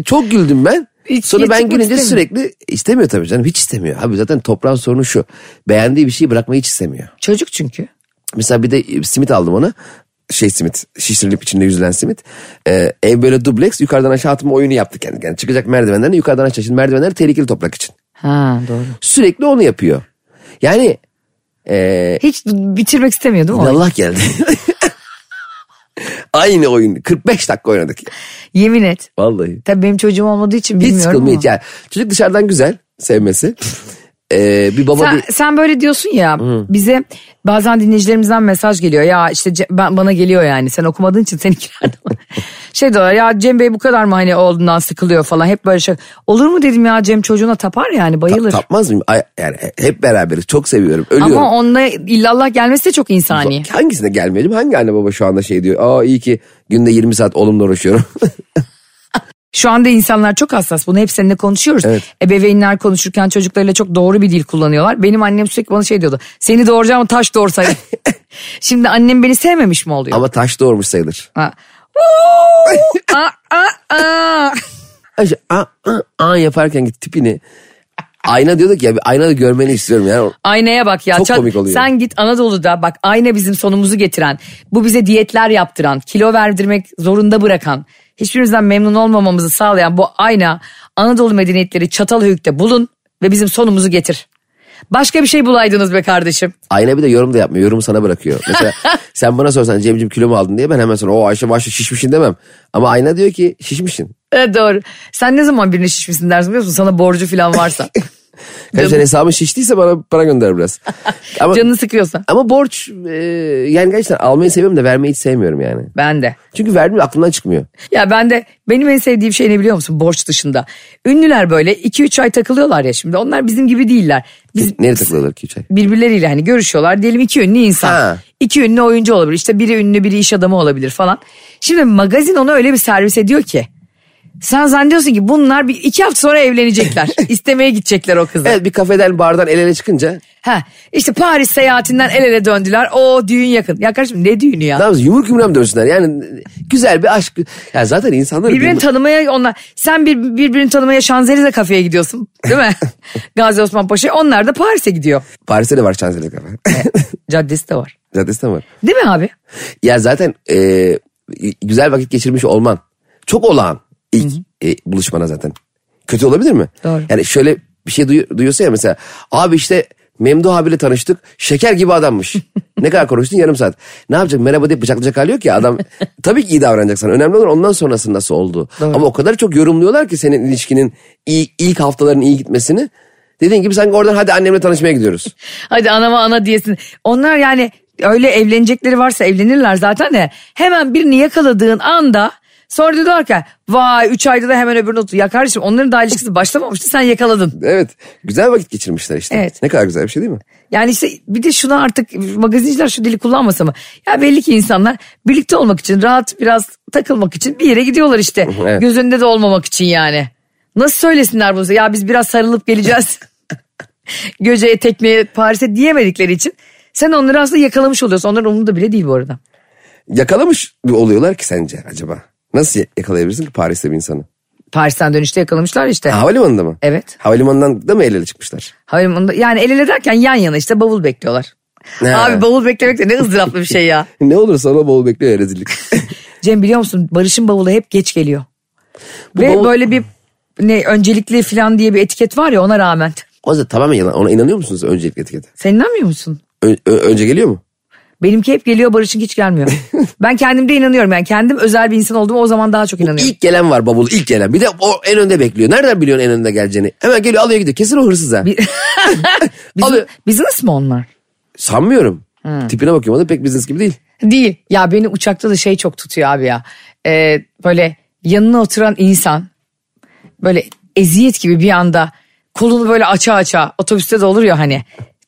[SPEAKER 3] Çok güldüm ben.
[SPEAKER 2] Hiç-
[SPEAKER 3] Sonra
[SPEAKER 2] hiç
[SPEAKER 3] ben
[SPEAKER 2] çıkmak
[SPEAKER 3] gülünce
[SPEAKER 2] istemiyor.
[SPEAKER 3] sürekli istemiyor tabii canım. Hiç istemiyor. Abi zaten toprağın sorunu şu. Beğendiği bir şeyi bırakmayı hiç istemiyor.
[SPEAKER 2] Çocuk çünkü.
[SPEAKER 3] Mesela bir de e, simit aldım ona. Şey simit şişirilip içinde yüzülen simit. Ee, ev böyle dubleks yukarıdan aşağı atma oyunu yaptı kendi kendine. Çıkacak merdivenlerden yukarıdan aşağı. Şimdi merdivenler tehlikeli toprak için.
[SPEAKER 2] Ha doğru.
[SPEAKER 3] Sürekli onu yapıyor. Yani Ee,
[SPEAKER 2] Hiç bitirmek istemiyor değil mi? o?
[SPEAKER 3] Allah geldi. Aynı oyun. 45 dakika oynadık.
[SPEAKER 2] Yemin et.
[SPEAKER 3] Vallahi.
[SPEAKER 2] Tabii benim çocuğum olmadığı için
[SPEAKER 3] Hiç
[SPEAKER 2] bilmiyorum
[SPEAKER 3] sıkılmıyor.
[SPEAKER 2] ama.
[SPEAKER 3] hiç. Yani çocuk dışarıdan güzel sevmesi. Ee, bir baba
[SPEAKER 2] Sen,
[SPEAKER 3] bir-
[SPEAKER 2] sen böyle diyorsun ya bize bazen dinleyicilerimizden mesaj geliyor ya işte ce- ben, bana geliyor yani sen okumadığın için seninkilerden. Şey diyorlar ya Cem Bey bu kadar mı hani olduğundan sıkılıyor falan. Hep böyle şey. Olur mu dedim ya Cem çocuğuna tapar yani
[SPEAKER 3] Ta-
[SPEAKER 2] bayılır.
[SPEAKER 3] tapmaz mıyım? Ay- yani hep beraberiz. Çok seviyorum. Ölüyorum.
[SPEAKER 2] Ama hani. onda illallah gelmesi de çok insani.
[SPEAKER 3] Hangisine gelmeyelim? Hangi anne baba şu anda şey diyor? Aa iyi ki günde 20 saat oğlumla uğraşıyorum.
[SPEAKER 2] Şu anda insanlar çok hassas. Bunu hep seninle konuşuyoruz.
[SPEAKER 3] Evet.
[SPEAKER 2] Ebeveynler konuşurken çocuklarıyla çok doğru bir dil kullanıyorlar. Benim annem sürekli bana şey diyordu. Seni doğuracağım ama taş doğursaydı. Şimdi annem beni sevmemiş mi oluyor?
[SPEAKER 3] Ama taş doğurmuş sayılır.
[SPEAKER 2] Ha. Uuu, aa, aa, aa.
[SPEAKER 3] Ayşe, aa, aa, aa yaparken ki tipini ayna diyorduk ya bir aynada görmeni istiyorum yani.
[SPEAKER 2] Aynaya bak ya.
[SPEAKER 3] Çok komik oluyor.
[SPEAKER 2] Sen git Anadolu'da bak ayna bizim sonumuzu getiren, bu bize diyetler yaptıran, kilo verdirmek zorunda bırakan, hiçbirimizden memnun olmamamızı sağlayan bu ayna Anadolu medeniyetleri Çatalhöyük'te bulun ve bizim sonumuzu getir. Başka bir şey bulaydınız be kardeşim.
[SPEAKER 3] Ayna bir de yorum da yapmıyor. Yorumu sana bırakıyor. Mesela sen bana sorsan Cem'cim kilo mu aldın diye ben hemen sonra o Ayşe başta şişmişsin demem. Ama ayna diyor ki şişmişsin.
[SPEAKER 2] E, doğru. Sen ne zaman birine şişmişsin dersin biliyor musun? Sana borcu falan varsa.
[SPEAKER 3] Kaç tane hesabın şiştiyse bana para gönder biraz. Ama,
[SPEAKER 2] Canını sıkıyorsa.
[SPEAKER 3] ama borç e, yani gerçekten almayı seviyorum da vermeyi hiç sevmiyorum yani.
[SPEAKER 2] Ben de.
[SPEAKER 3] Çünkü verdim aklımdan çıkmıyor.
[SPEAKER 2] Ya ben de benim en sevdiğim şey ne biliyor musun? Borç dışında. Ünlüler böyle 2-3 ay takılıyorlar ya şimdi. Onlar bizim gibi değiller. Biz
[SPEAKER 3] Nereye takılıyorlar ki üç ay?
[SPEAKER 2] birbirleriyle hani görüşüyorlar. Diyelim iki ünlü insan.
[SPEAKER 3] Ha.
[SPEAKER 2] İki ünlü oyuncu olabilir. İşte biri ünlü biri iş adamı olabilir falan. Şimdi magazin ona öyle bir servis ediyor ki. Sen zannediyorsun ki bunlar bir iki hafta sonra evlenecekler. İstemeye gidecekler o kızı.
[SPEAKER 3] Evet bir kafeden bardan el ele çıkınca
[SPEAKER 2] Ha, işte Paris seyahatinden el ele döndüler. O düğün yakın. Ya kardeşim ne düğünü ya?
[SPEAKER 3] ne yapacağız yumruk yumruğa mı dövsünler? Yani güzel bir aşk. Ya zaten insanlar
[SPEAKER 2] Birbirini tanımaya onlar. Sen bir, birbirini tanımaya Şanzelize kafeye gidiyorsun. Değil mi? Gazi Osman Paşa. Onlar da Paris'e gidiyor.
[SPEAKER 3] Paris'te de var Şanzelize kafe.
[SPEAKER 2] Caddesi de var.
[SPEAKER 3] Caddesi de var.
[SPEAKER 2] Değil mi abi?
[SPEAKER 3] Ya zaten e, güzel vakit geçirmiş olman çok olağan ilk e, buluşmana zaten. Kötü olabilir mi?
[SPEAKER 2] Doğru.
[SPEAKER 3] Yani şöyle bir şey duyu- duyuyorsa ya mesela abi işte Memduh abiyle tanıştık. Şeker gibi adammış. ne kadar konuştun yarım saat. Ne yapacak merhaba deyip bıçaklayacak hali yok ya adam. tabii ki iyi davranacak sana. Önemli olan ondan sonrası nasıl oldu. Ama o kadar çok yorumluyorlar ki senin ilişkinin iyi, ilk haftaların iyi gitmesini. Dediğin gibi sanki oradan hadi annemle tanışmaya gidiyoruz.
[SPEAKER 2] Hadi anama ana diyesin. Onlar yani öyle evlenecekleri varsa evlenirler zaten de. Hemen birini yakaladığın anda sonra diyorlar ki vay 3 ayda da hemen öbürünü otur. Ya kardeşim onların daha ilişkisi başlamamıştı sen yakaladın.
[SPEAKER 3] evet güzel vakit geçirmişler işte.
[SPEAKER 2] Evet.
[SPEAKER 3] Ne kadar güzel bir şey değil mi?
[SPEAKER 2] Yani işte bir de şuna artık magazinciler şu dili kullanmasa mı? Ya belli ki insanlar birlikte olmak için rahat biraz takılmak için bir yere gidiyorlar işte.
[SPEAKER 3] Evet.
[SPEAKER 2] Göz önünde de olmamak için yani. Nasıl söylesinler bunu? Ya biz biraz sarılıp geleceğiz. Göce'ye tekmeye Paris'e diyemedikleri için. Sen onları aslında yakalamış oluyorsun. Onların umurunda bile değil bu arada.
[SPEAKER 3] yakalamış mı oluyorlar ki sence acaba? Nasıl yakalayabilirsin ki Paris'te bir insanı?
[SPEAKER 2] Paris'ten dönüşte yakalamışlar işte.
[SPEAKER 3] Ha, havalimanında mı?
[SPEAKER 2] Evet.
[SPEAKER 3] Havalimanından da mı el ele çıkmışlar?
[SPEAKER 2] Havalimanında yani el ele derken yan yana işte bavul bekliyorlar.
[SPEAKER 3] Ne?
[SPEAKER 2] Abi bavul beklemek de ne ızdıraplı bir şey ya.
[SPEAKER 3] Ne olursa ona bol bekliyor ya rezillik.
[SPEAKER 2] Cem biliyor musun Barış'ın bavulu hep geç geliyor.
[SPEAKER 3] Bu
[SPEAKER 2] Ve
[SPEAKER 3] bavul-
[SPEAKER 2] böyle bir ne öncelikli falan diye bir etiket var ya ona rağmen.
[SPEAKER 3] o da tamamen yalan. Ona inanıyor musunuz öncelikli etikete?
[SPEAKER 2] Sen inanmıyor musun?
[SPEAKER 3] Ö- ö- önce geliyor mu?
[SPEAKER 2] Benimki hep geliyor Barış'ın hiç gelmiyor. ben kendimde inanıyorum yani kendim özel bir insan olduğuma o zaman daha çok inanıyorum.
[SPEAKER 3] İlk gelen var bavulu ilk gelen. Bir de o en önde bekliyor. Nereden biliyorsun en önde geleceğini? Hemen geliyor alıyor gidiyor. Kesin o hırsız ha.
[SPEAKER 2] Bir- Bizim,
[SPEAKER 3] Alıyor.
[SPEAKER 2] business mi onlar?
[SPEAKER 3] Sanmıyorum.
[SPEAKER 2] Hmm.
[SPEAKER 3] Tipine bakıyorum. O da pek business gibi değil.
[SPEAKER 2] Değil. Ya beni uçakta da şey çok tutuyor abi ya. Ee, böyle yanına oturan insan böyle eziyet gibi bir anda kolunu böyle aça aça otobüste de olur ya hani.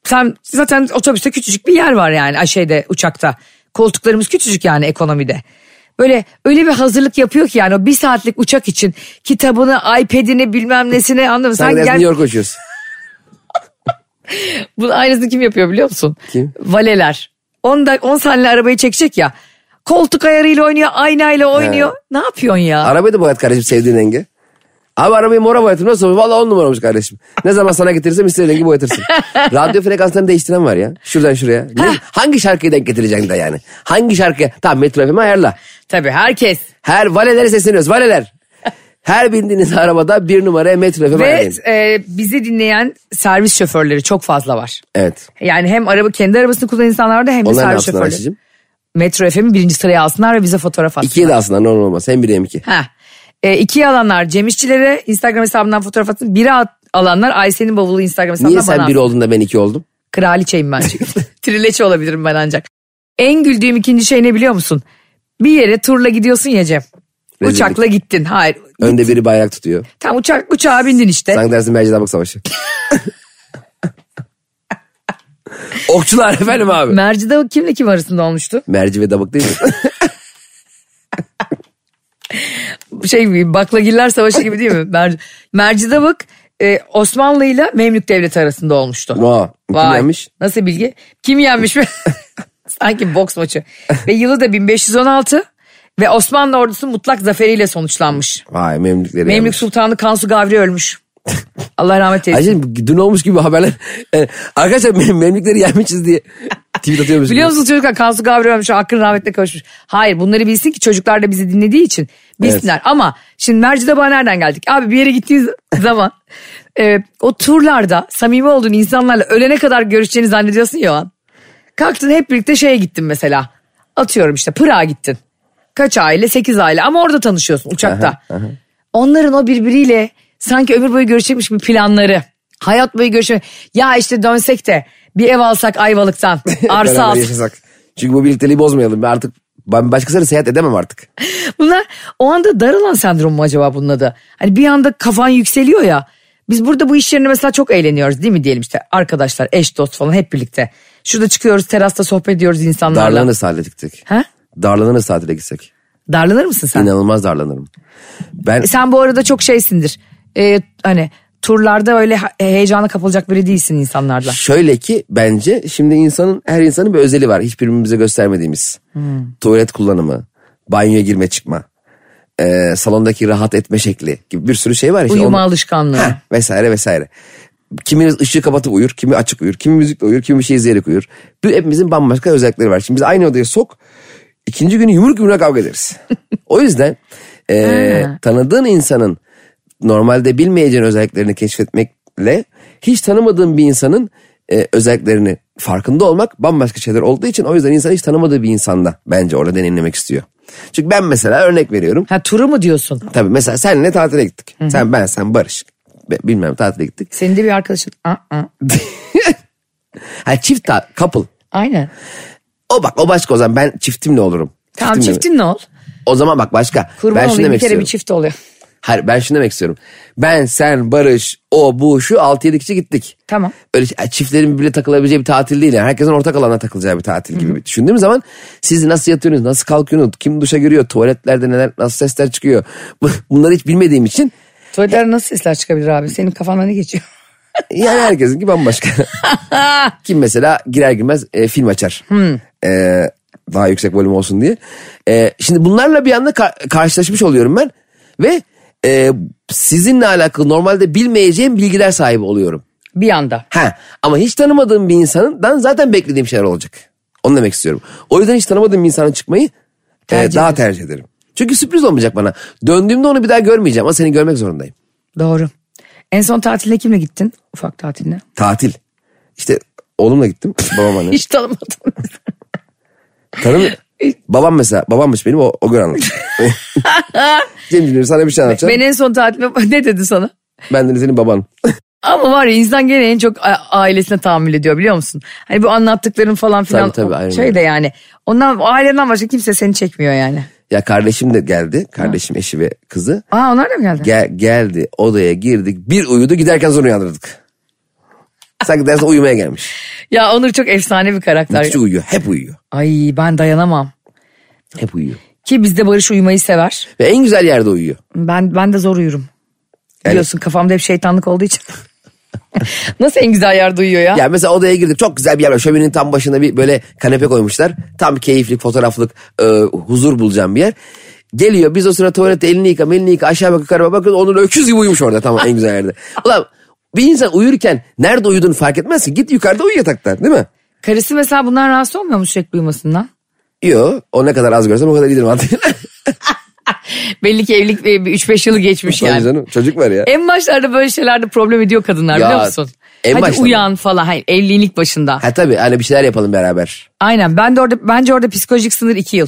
[SPEAKER 2] Sen zaten otobüste küçücük bir yer var yani ay şeyde uçakta. Koltuklarımız küçücük yani ekonomide. Böyle öyle bir hazırlık yapıyor ki yani o bir saatlik uçak için kitabını, iPad'ini bilmem nesini anladın mı?
[SPEAKER 3] Sen
[SPEAKER 2] Sen
[SPEAKER 3] biraz New
[SPEAKER 2] gel,
[SPEAKER 3] York koşuyorsun.
[SPEAKER 2] bunun aynısını kim yapıyor biliyor musun?
[SPEAKER 3] Kim?
[SPEAKER 2] Valeler. 10 da 10 saniye arabayı çekecek ya. Koltuk ayarıyla oynuyor, aynayla oynuyor. Ne yapıyorsun ya?
[SPEAKER 3] Arabayı da boyat kardeşim sevdiğin rengi. Abi arabayı mora boyatırım nasıl olur? Valla on numara olmuş kardeşim. Ne zaman sana getirirsem istediğin rengi boyatırsın. Radyo frekanslarını değiştiren var ya. Şuradan şuraya. Ne- hangi şarkıyı denk getireceksin de yani? Hangi şarkıya? Tamam Metro FM'i ayarla.
[SPEAKER 2] Tabii herkes.
[SPEAKER 3] Her valelere sesleniyoruz valeler. Her bindiğiniz arabada bir numaraya Metro FM
[SPEAKER 2] Ve
[SPEAKER 3] ayarlayın.
[SPEAKER 2] e, bizi dinleyen servis şoförleri çok fazla var.
[SPEAKER 3] Evet.
[SPEAKER 2] Yani hem araba kendi arabasını kullanan insanlar var da hem de
[SPEAKER 3] Onlar ne
[SPEAKER 2] servis
[SPEAKER 3] yapsınlar
[SPEAKER 2] şoförleri.
[SPEAKER 3] Ayşe'cim?
[SPEAKER 2] Metro FM'i birinci sıraya alsınlar ve bize fotoğraf atsınlar.
[SPEAKER 3] İkiye de aslında normal olmaz. Hem biri hem iki.
[SPEAKER 2] Ha. E, ikiye alanlar Cem İşçilere Instagram hesabından fotoğraf atsın. Biri at- alanlar Ayşe'nin bavulu Instagram hesabından
[SPEAKER 3] Niye
[SPEAKER 2] bana
[SPEAKER 3] sen
[SPEAKER 2] atsın.
[SPEAKER 3] biri oldun da ben iki oldum?
[SPEAKER 2] Kraliçeyim ben çünkü. Trileçe olabilirim ben ancak. En güldüğüm ikinci şey ne biliyor musun? Bir yere turla gidiyorsun ya Cem.
[SPEAKER 3] Rezillik.
[SPEAKER 2] Uçakla gittin. Hayır.
[SPEAKER 3] Önde biri bayrak tutuyor.
[SPEAKER 2] Tam uçak uçağa bindin işte.
[SPEAKER 3] Sanki dersin mercimek savaşı. Okçular efendim abi.
[SPEAKER 2] Mercide kimle kim arasında olmuştu?
[SPEAKER 3] Merci ve dabık değil mi?
[SPEAKER 2] Şey gibi baklagiller savaşı gibi değil mi? Mer Mercide bak Osmanlı ile Memlük Devleti arasında olmuştu.
[SPEAKER 3] Vay, kim yenmiş?
[SPEAKER 2] Nasıl bilgi? Kim yenmiş mi? Sanki boks maçı. ve yılı da 1516 ve Osmanlı ordusu mutlak zaferiyle sonuçlanmış.
[SPEAKER 3] Vay memlükleri.
[SPEAKER 2] Memlük
[SPEAKER 3] yanmış.
[SPEAKER 2] Sultanı Kansu Gavri ölmüş. Allah rahmet eylesin.
[SPEAKER 3] Ayşe dün olmuş gibi haberler. Yani arkadaşlar mem- memlükleri yenmişiz diye tweet atıyormuş.
[SPEAKER 2] Biliyor musunuz çocuklar Kansu Gavri ölmüş, Hakkın rahmetle kavuşmuş. Hayır bunları bilsin ki çocuklar da bizi dinlediği için bilsinler. Ama şimdi Mercidabağ'a nereden geldik? Abi bir yere gittiğiniz zaman e, o turlarda samimi olduğun insanlarla ölene kadar görüşeceğini zannediyorsun ya o an. Kalktın hep birlikte şeye gittin mesela. Atıyorum işte Pırağa gittin. Kaç aile? Sekiz aile ama orada tanışıyorsun uçakta. Onların o birbiriyle sanki ömür boyu görüşecekmiş bir planları. Hayat boyu görüşme. Ya işte dönsek de bir ev alsak Ayvalık'tan. Arsa
[SPEAKER 3] Beraber
[SPEAKER 2] alsak.
[SPEAKER 3] yaşasak. Çünkü bu birlikteliği bozmayalım. Ben artık ben başkasıyla seyahat edemem artık.
[SPEAKER 2] Bunlar o anda darılan sendromu mu acaba bunun adı? Hani bir anda kafan yükseliyor ya. Biz burada bu iş yerinde mesela çok eğleniyoruz değil mi diyelim işte arkadaşlar, eş dost falan hep birlikte. Şurada çıkıyoruz terasta sohbet ediyoruz insanlarla.
[SPEAKER 3] Darlanırız tatile gittik.
[SPEAKER 2] He?
[SPEAKER 3] Darlanırız tatile gitsek.
[SPEAKER 2] Darlanır mısın sen?
[SPEAKER 3] İnanılmaz darlanırım. Ben
[SPEAKER 2] E, Sen bu arada çok şeysindir. E, hani turlarda öyle he- heyecana kapılacak biri değilsin insanlarla.
[SPEAKER 3] Şöyle ki bence şimdi insanın her insanın bir özeli var. Hiçbirimize göstermediğimiz. Tuvalet kullanımı, banyoya girme çıkma, e, salondaki rahat etme şekli gibi bir sürü şey var. işte.
[SPEAKER 2] Uyuma
[SPEAKER 3] Onu-
[SPEAKER 2] alışkanlığı.
[SPEAKER 3] Heh, vesaire vesaire. Kiminiz ışığı kapatıp uyur, kimi açık uyur, kimi müzikle uyur, kimi bir şey izleyerek uyur. Bu hepimizin bambaşka özellikleri var. Şimdi biz aynı odaya sok, ikinci günü yumruk yumruğa kavga ederiz. o yüzden e, tanıdığın insanın normalde bilmeyeceğin özelliklerini keşfetmekle hiç tanımadığın bir insanın e, özelliklerini farkında olmak bambaşka şeyler olduğu için o yüzden insan hiç tanımadığı bir insanda bence orada deneyimlemek istiyor. Çünkü ben mesela örnek veriyorum.
[SPEAKER 2] Ha turu mu diyorsun?
[SPEAKER 3] Tabii mesela senle tatile gittik. Sen ben sen Barış. Be- Bilmem tatile gittik.
[SPEAKER 2] Senin de bir arkadaşın. Aa, aa.
[SPEAKER 3] Ha çift ta- couple.
[SPEAKER 2] Aynen.
[SPEAKER 3] O bak o başka o zaman ben çiftimle olurum.
[SPEAKER 2] Tamam
[SPEAKER 3] Çiftimle mi?
[SPEAKER 2] çiftin ne ol?
[SPEAKER 3] O zaman bak başka.
[SPEAKER 2] Kurban
[SPEAKER 3] ben şunu
[SPEAKER 2] olayım bir
[SPEAKER 3] demek
[SPEAKER 2] kere
[SPEAKER 3] istiyorum.
[SPEAKER 2] bir çift oluyor.
[SPEAKER 3] Hayır ben şunu demek istiyorum. Ben sen Barış o bu şu 6-7 kişi gittik.
[SPEAKER 2] Tamam.
[SPEAKER 3] Öyle ç- çiftlerin birbirine takılabileceği bir tatil değil. Yani. Herkesin ortak alana takılacağı bir tatil gibi. Düşündüğüm zaman siz nasıl yatıyorsunuz, nasıl kalkıyorsunuz, kim duşa giriyor, tuvaletlerde neler, nasıl sesler çıkıyor. Bunları hiç bilmediğim için
[SPEAKER 2] Tuvaletlere nasıl sesler çıkabilir abi? Senin kafandan ne geçiyor?
[SPEAKER 3] Yani herkesinki bambaşka. Kim mesela girer girmez e, film açar.
[SPEAKER 2] Hmm.
[SPEAKER 3] E, daha yüksek volüm olsun diye. E, şimdi bunlarla bir anda ka- karşılaşmış oluyorum ben. Ve e, sizinle alakalı normalde bilmeyeceğim bilgiler sahibi oluyorum.
[SPEAKER 2] Bir anda.
[SPEAKER 3] Ha, ama hiç tanımadığım bir insandan zaten beklediğim şeyler olacak. Onu demek istiyorum. O yüzden hiç tanımadığım bir insana çıkmayı e,
[SPEAKER 2] Tercih
[SPEAKER 3] daha
[SPEAKER 2] ederim.
[SPEAKER 3] tercih ederim. Çünkü sürpriz olmayacak bana. Döndüğümde onu bir daha görmeyeceğim ama seni görmek zorundayım.
[SPEAKER 2] Doğru. En son tatiline kimle gittin? Ufak tatiline.
[SPEAKER 3] Tatil. İşte oğlumla gittim. Babam anne.
[SPEAKER 2] Hiç tanımadım.
[SPEAKER 3] Tanım babam mesela babammış benim o, o gün anlattı. Cemciğim sana bir şey anlatacağım.
[SPEAKER 2] ben en son tatilime ne dedi sana?
[SPEAKER 3] Ben de senin baban.
[SPEAKER 2] Ama var ya insan gene en çok a- ailesine tahammül ediyor biliyor musun? Hani bu anlattıkların falan filan
[SPEAKER 3] Tabii, tabii, aynen
[SPEAKER 2] şey de yani. Ondan o aileden başka kimse seni çekmiyor yani.
[SPEAKER 3] Ya kardeşim de geldi. Kardeşim eşi ve kızı.
[SPEAKER 2] Aa onlar da mı geldi?
[SPEAKER 3] Gel, geldi odaya girdik. Bir uyudu giderken sonra uyandırdık. Sanki derse uyumaya gelmiş.
[SPEAKER 2] ya Onur çok efsane bir karakter.
[SPEAKER 3] Hiç uyuyor. Hep uyuyor.
[SPEAKER 2] Ay ben dayanamam.
[SPEAKER 3] Hep uyuyor.
[SPEAKER 2] Ki bizde Barış uyumayı sever.
[SPEAKER 3] Ve en güzel yerde uyuyor.
[SPEAKER 2] Ben ben de zor uyurum.
[SPEAKER 3] Yani-
[SPEAKER 2] Biliyorsun kafamda hep şeytanlık olduğu için. Nasıl en güzel yerde uyuyor ya?
[SPEAKER 3] Ya mesela odaya girdik çok güzel bir yer var. Şöminenin tam başına bir böyle kanepe koymuşlar. Tam keyiflik, fotoğraflık, e, huzur bulacağım bir yer. Geliyor biz o sıra tuvalette elini yıka, elini yıka aşağı bak yukarı bak bakıyoruz. Onun öküz gibi uyumuş orada tamam en güzel yerde. Ulan bir insan uyurken nerede uyuduğunu fark etmezsin. Git yukarıda uyu yatakta değil mi?
[SPEAKER 2] Karısı mesela bundan rahatsız olmuyor mu sürekli uyumasından?
[SPEAKER 3] Yo o ne kadar az görsem o kadar iyidir mantığı.
[SPEAKER 2] Belli ki evlilik 3-5 yılı geçmiş
[SPEAKER 3] Tabii
[SPEAKER 2] yani.
[SPEAKER 3] canım çocuk var ya.
[SPEAKER 2] En başlarda böyle şeylerde problem ediyor kadınlar
[SPEAKER 3] Ya,
[SPEAKER 2] biliyor musun?
[SPEAKER 3] en
[SPEAKER 2] Hadi
[SPEAKER 3] başta mı?
[SPEAKER 2] uyan falan. Hayır evliliğin ilk başında.
[SPEAKER 3] Ha tabii hani bir şeyler yapalım beraber.
[SPEAKER 2] Aynen ben de orada bence orada psikolojik sınır 2 yıl.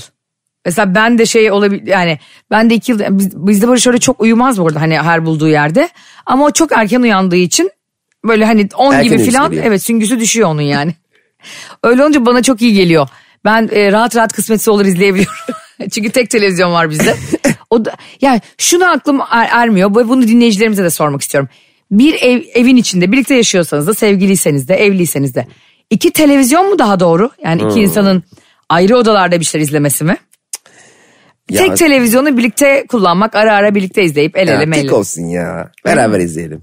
[SPEAKER 2] Mesela ben de şey olabilir yani ben de 2 yıl biz- bizde böyle şöyle çok uyumaz bu arada hani her bulduğu yerde. Ama o çok erken uyandığı için böyle hani 10
[SPEAKER 3] Erken
[SPEAKER 2] gibi
[SPEAKER 3] uykusu
[SPEAKER 2] filan
[SPEAKER 3] geliyor.
[SPEAKER 2] evet süngüsü düşüyor onun yani. Öyle olunca bana çok iyi geliyor. Ben e, rahat rahat kısmetse olur izleyebiliyorum. Çünkü tek televizyon var bizde. O da, yani şunu aklım er- ermiyor. Bu- Bunu dinleyicilerimize de sormak istiyorum. Bir ev, evin içinde birlikte yaşıyorsanız da sevgiliyseniz de evliyseniz de. iki televizyon mu daha doğru? Yani
[SPEAKER 3] Hmm.
[SPEAKER 2] iki insanın ayrı odalarda bir şeyler izlemesi mi?
[SPEAKER 3] Ya-
[SPEAKER 2] Tek televizyonu birlikte kullanmak, ara ara birlikte izleyip el ele
[SPEAKER 3] Ya,
[SPEAKER 2] melle.
[SPEAKER 3] tek olsun ya. Beraber izleyelim.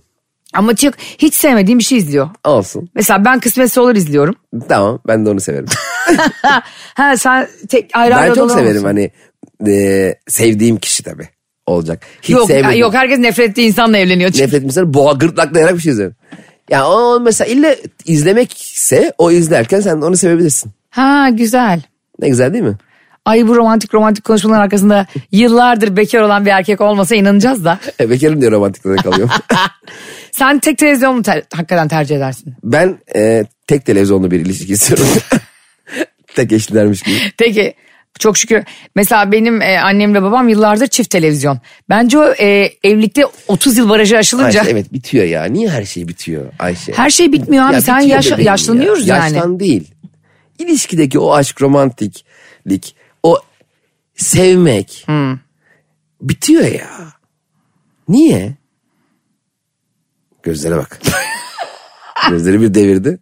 [SPEAKER 2] Ama çok hiç sevmediğim bir şey izliyor.
[SPEAKER 3] Olsun.
[SPEAKER 2] Mesela ben kısmetse olur izliyorum.
[SPEAKER 3] Tamam ben de onu severim.
[SPEAKER 2] Ha sen tek ayrı ayrı
[SPEAKER 3] ben çok
[SPEAKER 2] odalar
[SPEAKER 3] severim
[SPEAKER 2] olsun.
[SPEAKER 3] hani e, sevdiğim kişi tabii olacak. Hiç
[SPEAKER 2] Yok,
[SPEAKER 3] sevmediğim.
[SPEAKER 2] yok şey- herkes nefret ettiği insanla evleniyor. çünkü.
[SPEAKER 3] Nefret etmişler boğa gırtlaklayarak bir şey izlerim. Ya o mesela illa izlemekse o izlerken sen de onu sevebilirsin.
[SPEAKER 2] Ha güzel.
[SPEAKER 3] Ne güzel değil mi?
[SPEAKER 2] Ay bu romantik romantik konuşmaların arkasında yıllardır bekar olan bir erkek olmasa inanacağız da.
[SPEAKER 3] E, bekarım diye romantiklere kalıyorum.
[SPEAKER 2] Sen tek televizyon mu ter- hakikaten tercih edersin?
[SPEAKER 3] ben e, tek televizyonlu bir ilişki istiyorum. tek eşlilermiş gibi.
[SPEAKER 2] Peki çok şükür mesela benim e, annem ve babam yıllardır çift televizyon. Bence o e, evlilikte 30 yıl barajı aşılınca
[SPEAKER 3] Ayşe evet bitiyor ya. Niye her şey bitiyor Ayşe?
[SPEAKER 2] her şey bitmiyor abi
[SPEAKER 3] Ya
[SPEAKER 2] sen
[SPEAKER 3] bitiyor
[SPEAKER 2] yaşa-
[SPEAKER 3] bebeğim ya.
[SPEAKER 2] yaşlanıyoruz yani.
[SPEAKER 3] Yaştan değil. İlişkideki o aşk romantiklik, o sevmek
[SPEAKER 2] Hmm.
[SPEAKER 3] bitiyor ya. Niye? Gözlere bak. Gözleri bir devirdi.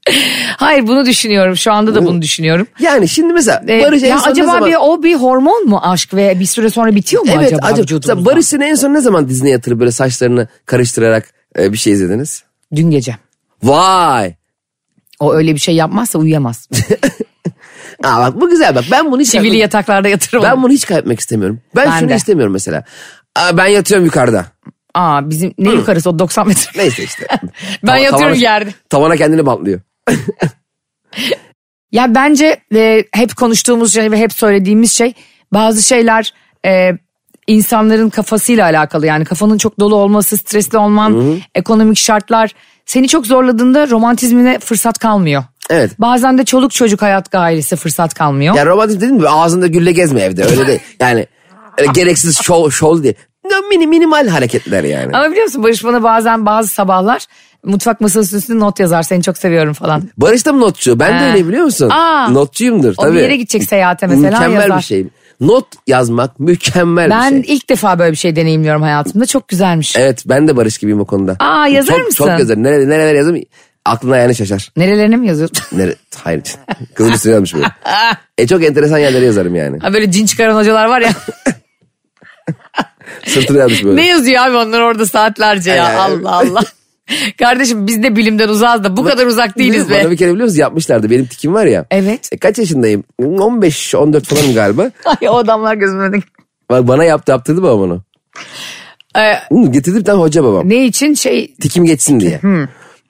[SPEAKER 2] Hayır bunu düşünüyorum şu anda da bunu düşünüyorum.
[SPEAKER 3] Yani şimdi mesela
[SPEAKER 2] E,
[SPEAKER 3] Barış en
[SPEAKER 2] ya
[SPEAKER 3] son
[SPEAKER 2] acaba
[SPEAKER 3] ne zaman...
[SPEAKER 2] bir o bir hormon mu aşk ve bir süre sonra bitiyor mu
[SPEAKER 3] evet,
[SPEAKER 2] acaba, vücudumuzda?
[SPEAKER 3] Mesela Barış seni en son ne zaman dizine yatırıp böyle saçlarını karıştırarak e, bir şey izlediniz?
[SPEAKER 2] Dün gece.
[SPEAKER 3] Vay!
[SPEAKER 2] O öyle bir şey yapmazsa uyuyamaz.
[SPEAKER 3] Aa bak bu güzel bak ben bunu hiç
[SPEAKER 2] Çivili yataklarda yatırım.
[SPEAKER 3] Ben bunu hiç kaybetmek istemiyorum. Ben,
[SPEAKER 2] Ben
[SPEAKER 3] şunu
[SPEAKER 2] de.
[SPEAKER 3] istemiyorum mesela. Aa, ben yatıyorum yukarıda.
[SPEAKER 2] Aa bizim ne yukarısı o 90 metre.
[SPEAKER 3] Neyse işte.
[SPEAKER 2] Ben yatıyorum yerde.
[SPEAKER 3] Tavana kendini bantlıyor.
[SPEAKER 2] Ya bence e, hep konuştuğumuz şey ve hep söylediğimiz şey bazı şeyler e, insanların kafasıyla alakalı. Yani kafanın çok dolu olması, stresli olman, ekonomik şartlar seni çok zorladığında romantizmine fırsat kalmıyor.
[SPEAKER 3] Evet.
[SPEAKER 2] Bazen de çoluk çocuk hayat gailesi fırsat kalmıyor.
[SPEAKER 3] Ya romantik dedin mi ağzında gülle gezme evde öyle değil. Yani öyle gereksiz şov, şov değil. Ya Mini, minimal hareketler yani.
[SPEAKER 2] Ama biliyor musun Barış bana bazen bazı sabahlar mutfak masasının üstüne not yazar seni çok seviyorum falan.
[SPEAKER 3] Barış da mı notçu? Ben de
[SPEAKER 2] Ha.
[SPEAKER 3] öyle biliyor musun?
[SPEAKER 2] Aa.
[SPEAKER 3] Notçuyumdur
[SPEAKER 2] O
[SPEAKER 3] tabii.
[SPEAKER 2] bir yere gidecek seyahate mesela
[SPEAKER 3] Mükemmel
[SPEAKER 2] yazar.
[SPEAKER 3] bir şey. Not yazmak mükemmel
[SPEAKER 2] Ben
[SPEAKER 3] bir şey.
[SPEAKER 2] ilk defa böyle bir şey deneyimliyorum hayatımda çok güzelmiş.
[SPEAKER 3] Evet ben de Barış gibiyim o konuda.
[SPEAKER 2] Aa, yazar
[SPEAKER 3] çok,
[SPEAKER 2] mısın?
[SPEAKER 3] Çok yazarım. Nereler, nereler yazarım aklına yani şaşar.
[SPEAKER 2] Nerelerine mi yazıyorsun?
[SPEAKER 3] Nere? Hayır. Kızın üstüne yazmış böyle. E çok enteresan yerlere yazarım yani.
[SPEAKER 2] Ha böyle cin çıkaran hocalar var ya.
[SPEAKER 3] Sırtına yazmış böyle.
[SPEAKER 2] ne yazıyor abi onlar orada saatlerce
[SPEAKER 3] Ay,
[SPEAKER 2] ya
[SPEAKER 3] ay.
[SPEAKER 2] Allah Allah. Kardeşim biz de bilimden uzağız da bu kadar uzak değiliz be.
[SPEAKER 3] Bana bir kere biliyor musun yapmışlardı. Benim tikim var ya.
[SPEAKER 2] Evet.
[SPEAKER 3] E, kaç yaşındayım? 15-14 falanım galiba.
[SPEAKER 2] Ay o adamlar gözüme dik-
[SPEAKER 3] Bak bana yaptı yaptırdı babam onu.
[SPEAKER 2] Ee,
[SPEAKER 3] Hı, getirdi bir tane hoca babam.
[SPEAKER 2] ne için şey
[SPEAKER 3] Tikim geçsin diye.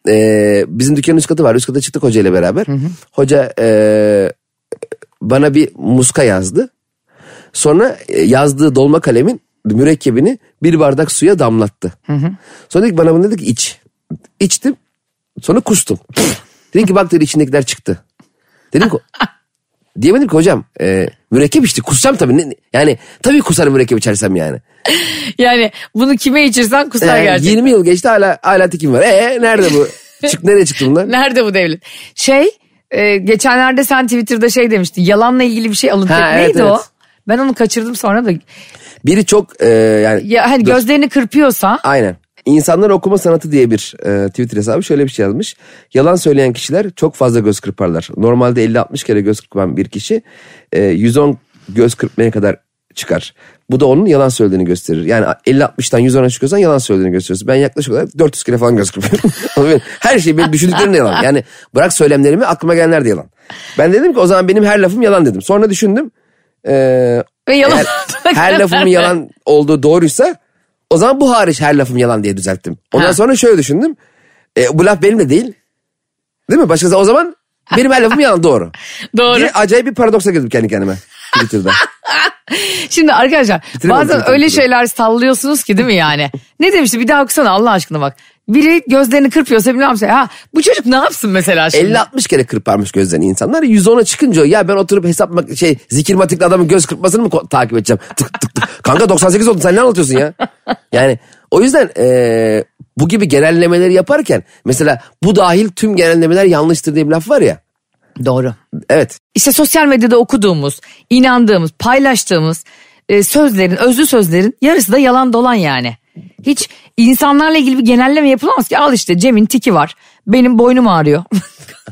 [SPEAKER 3] E, bizim dükkanın üst katı var. Üst kata çıktık hocayla beraber. Hoca e, bana bir muska yazdı. Sonra e, yazdığı dolma kalemin mürekkebini bir bardak suya damlattı. Sonra dedi ki bana bunu dedi ki iç. İçtim. Sonra kustum. dedi ki bak dedi içindekiler çıktı. Dedim ki diyemedim ki hocam e, mürekkep içti kusacağım tabii. Ne- yani tabii kusarım mürekkep içersem yani.
[SPEAKER 2] yani bunu kime içirsen kusar
[SPEAKER 3] Yani
[SPEAKER 2] gerçekten.
[SPEAKER 3] 20 Ee, yıl geçti hala hala tikim var. E nerede bu? Çık nereye çıktı bunlar?
[SPEAKER 2] Nerede bu devlet? Şey e, geçenlerde sen Twitter'da şey demiştin yalanla ilgili bir şey alıntı.
[SPEAKER 3] Ha,
[SPEAKER 2] Neydi
[SPEAKER 3] evet, evet.
[SPEAKER 2] o? Ben onu kaçırdım sonra da.
[SPEAKER 3] Biri çok e, yani
[SPEAKER 2] Ya hani
[SPEAKER 3] Dur.
[SPEAKER 2] gözlerini kırpıyorsa
[SPEAKER 3] Aynen. İnsanlar okuma sanatı diye bir e, Twitter hesabı şöyle bir şey yazmış. Yalan söyleyen kişiler çok fazla göz kırparlar. Normalde 50-60 kere göz kırpan bir kişi e, 110 göz kırpmaya kadar çıkar. Bu da onun yalan söylediğini gösterir. Yani 50-60'tan 110'a çıkıyorsan yalan söylediğini gösteriyorsun. Ben yaklaşık olarak 400 kere falan göz kırpıyorum. Ama benim- Her şey benim düşündüklerim de yalan. Yani bırak söylemlerimi aklıma gelenler de yalan. Ben dedim ki o zaman benim her lafım yalan dedim. Sonra düşündüm. e,
[SPEAKER 2] ve yalan.
[SPEAKER 3] eğer her lafımın yalan olduğu doğruysa o zaman bu hariç her lafım yalan diye düzelttim. Ondan
[SPEAKER 2] Ha.
[SPEAKER 3] sonra şöyle düşündüm. E, bu laf benim de değil. Değil mi? Başkası o zaman benim her lafım yalan doğru.
[SPEAKER 2] Doğru.
[SPEAKER 3] Bir acayip bir paradoksa girdim kendi kendime. Twitter'da.
[SPEAKER 2] Şimdi arkadaşlar
[SPEAKER 3] Bitiremedim,
[SPEAKER 2] bazen
[SPEAKER 3] bitiremedim,
[SPEAKER 2] öyle
[SPEAKER 3] bitiremedim.
[SPEAKER 2] şeyler sallıyorsunuz ki değil mi yani? ne demişti bir daha okusana Allah aşkına bak. Biri gözlerini kırpıyorsa bilmem ne yapsın. Ha bu çocuk ne yapsın mesela şimdi?
[SPEAKER 3] 50-60 kere kırparmış gözlerini insanlar. 110'a çıkınca ya ben oturup hesap mak- şey zikirmatikli adamın göz kırpmasını mı ko- takip edeceğim? Tık tık tık. Kanka 98 oldu sen ne anlatıyorsun ya? Yani o yüzden e, bu gibi genellemeleri yaparken mesela bu dahil tüm genellemeler yanlıştır diye bir laf var ya.
[SPEAKER 2] Doğru.
[SPEAKER 3] Evet.
[SPEAKER 2] İşte sosyal medyada okuduğumuz, inandığımız, paylaştığımız e, sözlerin, özlü sözlerin yarısı da yalan dolan yani. Hiç insanlarla ilgili bir genelleme yapılamaz ki. Al işte Cem'in tiki var. Benim boynum ağrıyor.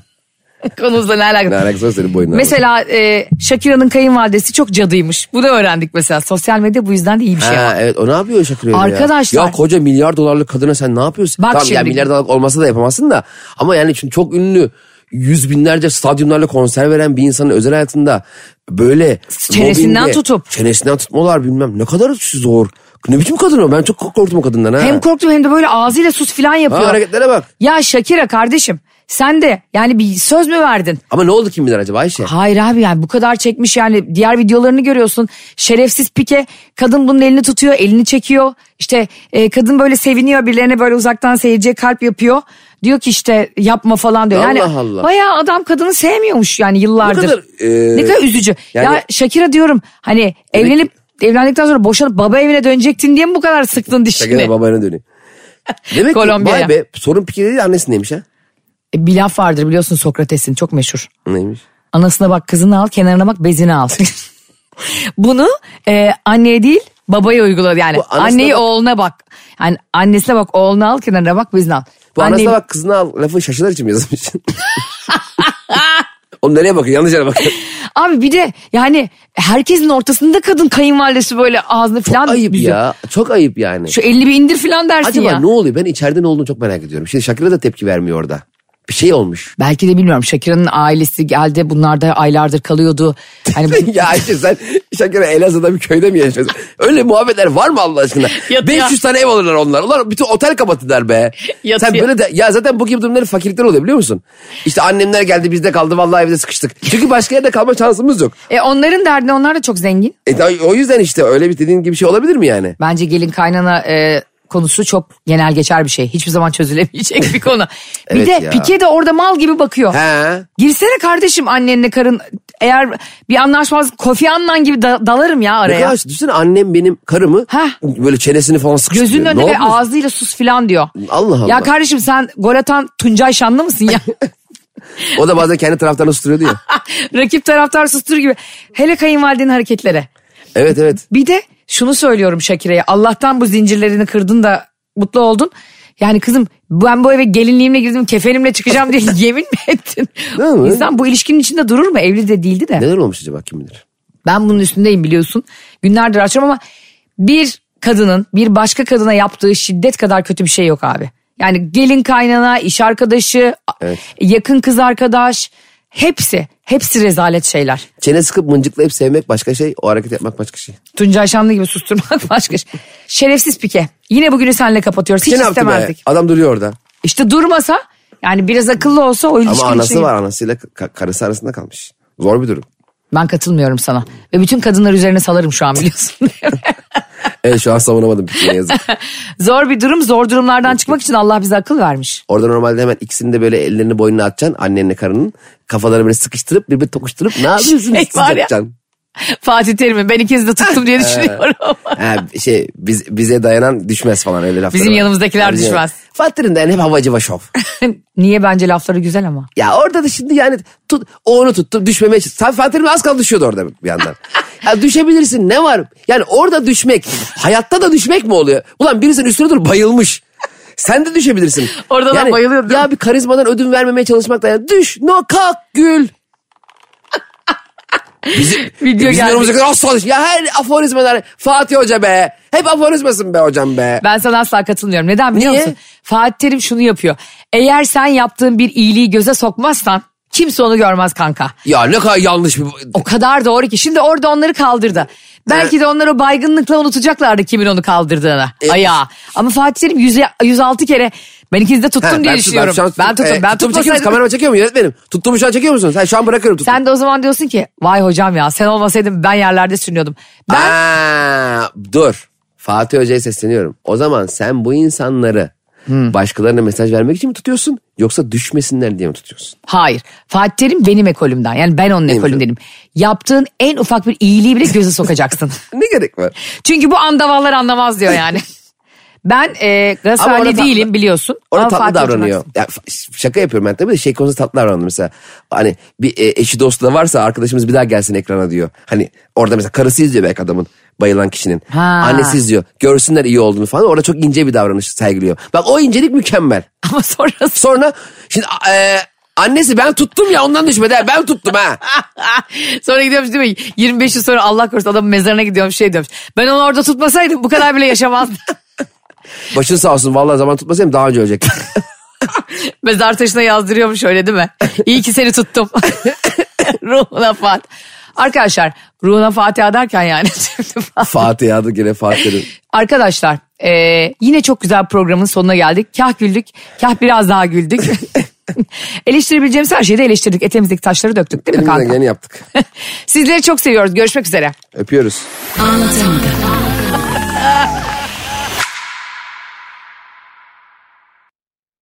[SPEAKER 2] Konumuzla ne alakası?
[SPEAKER 3] Ne alakası var senin boynuna?
[SPEAKER 2] Mesela e, Shakira'nın kayınvalidesi çok cadıymış. Bunu öğrendik mesela. Sosyal medya bu yüzden de iyi bir şey.
[SPEAKER 3] Ha, evet o ne yapıyor Şakir öyle
[SPEAKER 2] Arkadaşlar-
[SPEAKER 3] ya? Ya koca milyar dolarlık kadına sen ne yapıyorsun?
[SPEAKER 2] Bak
[SPEAKER 3] tamam ya
[SPEAKER 2] şimdi-
[SPEAKER 3] milyar dolarlık olmasa da yapamazsın da. Ama yani şimdi çok ünlü yüz binlerce stadyumlarla konser veren bir insanın özel hayatında böyle
[SPEAKER 2] Çenesinden
[SPEAKER 3] mobbingle-
[SPEAKER 2] tutup.
[SPEAKER 3] Çenesinden tutmalar bilmem ne kadar zor. Ne biçim kadın o ben çok korktum o kadından ha.
[SPEAKER 2] Hem korktum hem de böyle ağzıyla sus filan yapıyor.
[SPEAKER 3] ha, hareketlere bak.
[SPEAKER 2] Ya Shakira kardeşim sen de yani bir söz mü verdin?
[SPEAKER 3] Ama ne oldu kim bilir acaba Ayşe?
[SPEAKER 2] Hayır abi yani bu kadar çekmiş yani diğer videolarını görüyorsun. Şerefsiz pike kadın bunun elini tutuyor elini çekiyor. İşte e, kadın böyle seviniyor birilerine böyle uzaktan seyirciye kalp yapıyor. Diyor ki işte yapma falan diyor. Yani
[SPEAKER 3] Allah Allah.
[SPEAKER 2] bayağı adam kadını sevmiyormuş yani yıllardır.
[SPEAKER 3] Ne kadar, e,
[SPEAKER 2] Ne kadar üzücü.
[SPEAKER 3] yani-
[SPEAKER 2] ya Shakira diyorum hani evlenip evlendikten sonra boşanıp baba evine dönecektin diye mi bu kadar sıktın dişini?
[SPEAKER 3] Şakir'e babayına dönüyor. Demek ki
[SPEAKER 2] Kolombiya'ya.
[SPEAKER 3] vay be sorun pikiri değil annesindeymiş ha.
[SPEAKER 2] E, bir laf vardır biliyorsun Sokrates'in çok meşhur.
[SPEAKER 3] Neymiş?
[SPEAKER 2] Anasına bak kızını al kenarına bak bezini al. Bunu e, anneye değil babaya uyguladı yani.
[SPEAKER 3] Bu anasına
[SPEAKER 2] Anneyi
[SPEAKER 3] bak-
[SPEAKER 2] oğluna bak. Yani annesine bak oğluna al kenarına bak bezini al.
[SPEAKER 3] Bu
[SPEAKER 2] Anneyi-
[SPEAKER 3] anasına bak kızına al lafı şaşırır için mi yazmış? Oğlum nereye bakıyor? Yanlış yere bakıyor.
[SPEAKER 2] Abi bir de yani herkesin ortasında kadın kayınvalidesi böyle ağzını falan
[SPEAKER 3] ayıp
[SPEAKER 2] büzüyor.
[SPEAKER 3] ya. Çok ayıp yani.
[SPEAKER 2] Şu elini bir indir falan dersin
[SPEAKER 3] Acaba
[SPEAKER 2] ya.
[SPEAKER 3] ne oluyor? Ben içeride ne olduğunu çok merak ediyorum. Şimdi Şakir'e de tepki vermiyor orada. Bir şey olmuş.
[SPEAKER 2] Belki de bilmiyorum Şakira'nın ailesi geldi bunlar da aylardır kalıyordu. Hani bu-
[SPEAKER 3] ya Ayşe sen Şakir'e Elazığ'da bir köyde mi yaşıyorsun? Öyle muhabbetler var mı Allah aşkına?
[SPEAKER 2] Yatıyor.
[SPEAKER 3] 500 tane ev alırlar onlar. Onlar bütün otel kapatırlar be.
[SPEAKER 2] Yatıyor.
[SPEAKER 3] Sen böyle de, ya zaten bu gibi durumların fakirlikler oluyor biliyor musun? İşte annemler geldi bizde kaldı vallahi evde sıkıştık. Çünkü başka yerde kalma şansımız yok.
[SPEAKER 2] e, onların derdine onlar da çok zengin.
[SPEAKER 3] E, da- o yüzden işte öyle bir dediğin gibi şey olabilir mi yani?
[SPEAKER 2] Bence gelin kaynana e, konusu çok genel geçer bir şey. Hiçbir zaman çözülemeyecek bir konu. bir
[SPEAKER 3] Evet
[SPEAKER 2] de
[SPEAKER 3] ya.
[SPEAKER 2] Pike de orada mal gibi bakıyor.
[SPEAKER 3] He.
[SPEAKER 2] Girsene kardeşim annenle karın eğer bir anlaşmaz Kofi Annan gibi da- dalarım ya
[SPEAKER 3] Ne
[SPEAKER 2] araya.
[SPEAKER 3] kadar düşünsene annem benim karımı
[SPEAKER 2] Hah.
[SPEAKER 3] böyle çenesini falan sıkıştırıyor.
[SPEAKER 2] Gözünün önünde
[SPEAKER 3] Ne
[SPEAKER 2] ve
[SPEAKER 3] yapıyorsun?
[SPEAKER 2] ağzıyla sus filan diyor.
[SPEAKER 3] Allah Allah.
[SPEAKER 2] Ya kardeşim sen gol atan Tuncay Şanlı mısın ya?
[SPEAKER 3] O da bazen kendi taraftarını susturuyordu ya.
[SPEAKER 2] Rakip taraftar sustur gibi. Hele kayınvalidenin hareketlere.
[SPEAKER 3] evet evet.
[SPEAKER 2] Bir de şunu söylüyorum Şakire'ye. Allah'tan bu zincirlerini kırdın da mutlu oldun. Yani kızım ben bu eve gelinliğimle girdim kefenimle çıkacağım diye yemin mi ettin?
[SPEAKER 3] Değil mi?
[SPEAKER 2] İnsan bu ilişkinin içinde durur mu? Evli de değildi de.
[SPEAKER 3] Neler olmuş acaba kim bilir?
[SPEAKER 2] Ben bunun üstündeyim biliyorsun. Günlerdir açıyorum ama bir kadının bir başka kadına yaptığı şiddet kadar kötü bir şey yok abi. Yani gelin kaynana, iş arkadaşı, yakın kız arkadaş hepsi hepsi rezalet şeyler.
[SPEAKER 3] Çene sıkıp mıncıklayıp sevmek başka şey. O hareket yapmak başka şey.
[SPEAKER 2] Tuncay Şanlı gibi susturmak başka şey. Şerefsiz Pike. Yine bugünü seninle kapatıyoruz. Hiç
[SPEAKER 3] Şey ne yaptı be?
[SPEAKER 2] istemezdik.
[SPEAKER 3] Adam duruyor orada.
[SPEAKER 2] İşte durmasa yani biraz akıllı olsa o şey- ilişkinin
[SPEAKER 3] Ama anası
[SPEAKER 2] içine-
[SPEAKER 3] var anasıyla ka- karısı arasında kalmış. Zor bir durum.
[SPEAKER 2] Ben katılmıyorum sana. Ve bütün kadınlar üzerine salarım şu an biliyorsun.
[SPEAKER 3] Evet şu an savunamadım bir şey, ne yazık.
[SPEAKER 2] zor bir durum zor durumlardan çıkmak için Allah bize akıl vermiş.
[SPEAKER 3] Orada normalde hemen ikisini de böyle ellerini boynuna atacaksın. Annenle karının. Kafalarını böyle sıkıştırıp birbirini tokuşturup ne yapıyorsun?
[SPEAKER 2] Şey var ya.
[SPEAKER 3] Sıcakacaksın.
[SPEAKER 2] Fatih Terim'i ben ikinizi de tuttum
[SPEAKER 3] Ee.
[SPEAKER 2] diye düşünüyorum.
[SPEAKER 3] Ha, şey biz, bize dayanan düşmez falan öyle lafları
[SPEAKER 2] Bizim
[SPEAKER 3] var.
[SPEAKER 2] yanımızdakiler
[SPEAKER 3] Ha, bizim-
[SPEAKER 2] düşmez.
[SPEAKER 3] Fatih'in de yani hep havacıva şov.
[SPEAKER 2] Niye bence lafları güzel ama.
[SPEAKER 3] Ya orada da şimdi yani tut, o onu tuttum düşmemeye çalıştım. Fatih Terim az kaldı düşüyordu orada bir yandan. Ya düşebilirsin ne var? Yani orada düşmek hayatta da düşmek mi oluyor? Ulan birisinin üstüne dur bayılmış. Sen de düşebilirsin.
[SPEAKER 2] Orada da
[SPEAKER 3] yani,
[SPEAKER 2] bayılıyor, değil
[SPEAKER 3] Ya bir karizmadan ödün vermemeye çalışmak da yani düş no kalk gül. Bizim,
[SPEAKER 2] Video
[SPEAKER 3] bizim
[SPEAKER 2] geldi.
[SPEAKER 3] yanımıza kadar asla düş- Ya her aforizmalar Fatih Hoca be. Hep aforizmasın be hocam be.
[SPEAKER 2] Ben sana asla katılmıyorum. Neden biliyor
[SPEAKER 3] Niye?
[SPEAKER 2] musun? Fatih Terim şunu yapıyor. Eğer sen yaptığın bir iyiliği göze sokmazsan kimse onu görmez kanka.
[SPEAKER 3] Ya ne kadar yanlış bir...
[SPEAKER 2] O kadar doğru ki. Şimdi orada onları kaldırdı. Belki de onlar o baygınlıkla unutacaklardı kimin onu kaldırdığını. Ayağa. Ama Fatih Terim 100, 106 kere ben ikinizi de tuttum
[SPEAKER 3] Ha,
[SPEAKER 2] diye
[SPEAKER 3] ben tut-
[SPEAKER 2] düşünüyorum.
[SPEAKER 3] şu an tut-
[SPEAKER 2] ben tuttum.
[SPEAKER 3] e,
[SPEAKER 2] ben
[SPEAKER 3] tuttum
[SPEAKER 2] tutmasaydım.
[SPEAKER 3] çekiyor musun? Kamerama çekiyor mu yönetmenim? Tuttuğumu şu an çekiyor musun? Sen şu an bırakıyorum tuttum.
[SPEAKER 2] Sen de o zaman diyorsun ki vay hocam ya sen olmasaydın ben yerlerde sürünüyordum. Ben
[SPEAKER 3] Aa, dur. Fatih Hoca'ya sesleniyorum. O zaman sen bu insanları
[SPEAKER 2] Hmm.
[SPEAKER 3] başkalarına mesaj vermek için mi tutuyorsun? Yoksa düşmesinler diye mi tutuyorsun?
[SPEAKER 2] Hayır. Fatih Terim benim ekolümden. Yani ben onun ekolündenim. Yaptığın en ufak bir iyiliği bile göze sokacaksın.
[SPEAKER 3] Ne gerek var?
[SPEAKER 2] Çünkü bu andavallar anlamaz diyor yani. Ben e,
[SPEAKER 3] Ama
[SPEAKER 2] Galatasaraylı
[SPEAKER 3] orada-
[SPEAKER 2] değilim biliyorsun.
[SPEAKER 3] Orada
[SPEAKER 2] Ama
[SPEAKER 3] tatlı
[SPEAKER 2] Fatih Hoca'nın
[SPEAKER 3] davranıyor. Ya, f- şaka yapıyorum ben tabii de şey konusunda tatlı davranıyor mesela. Hani bir e, eşi dostu da varsa arkadaşımız bir daha gelsin ekrana diyor. Hani orada mesela karısı izliyor belki adamın. bayılan kişinin.
[SPEAKER 2] Ha.
[SPEAKER 3] Annesi izliyor. Görsünler iyi olduğunu falan. Orada çok ince bir davranış sergiliyor. Bak o incelik mükemmel.
[SPEAKER 2] Ama sonrası
[SPEAKER 3] Sonra şimdi e, annesi ben tuttum ya ondan düşmedi. ha, Ben tuttum ha.
[SPEAKER 2] sonra gidiyormuş değil mi? 25 yıl sonra Allah korusun adamın mezarına gidiyormuş şey diyormuş. Ben onu orada tutmasaydım bu kadar bile yaşamazdım.
[SPEAKER 3] Başın sağ olsun vallahi zaman tutmasaydım daha önce ölecek.
[SPEAKER 2] Mezar taşına yazdırıyormuş öyle değil mi? İyi ki seni tuttum. ruhuna Fatiha. Arkadaşlar ruhuna Fatiha derken yani.
[SPEAKER 3] Fatih adı gene Fatih'in.
[SPEAKER 2] Arkadaşlar eee, yine çok güzel programın sonuna geldik. Kah güldük, kah biraz daha güldük. Eleştirebileceğimiz her şeyi de eleştirdik. Etemizdeki taşları döktük değil mi
[SPEAKER 3] Elimizden
[SPEAKER 2] kanka?
[SPEAKER 3] geleni yaptık.
[SPEAKER 2] Sizleri çok seviyoruz. Görüşmek üzere.
[SPEAKER 3] Öpüyoruz.
[SPEAKER 4] Anlatamadım.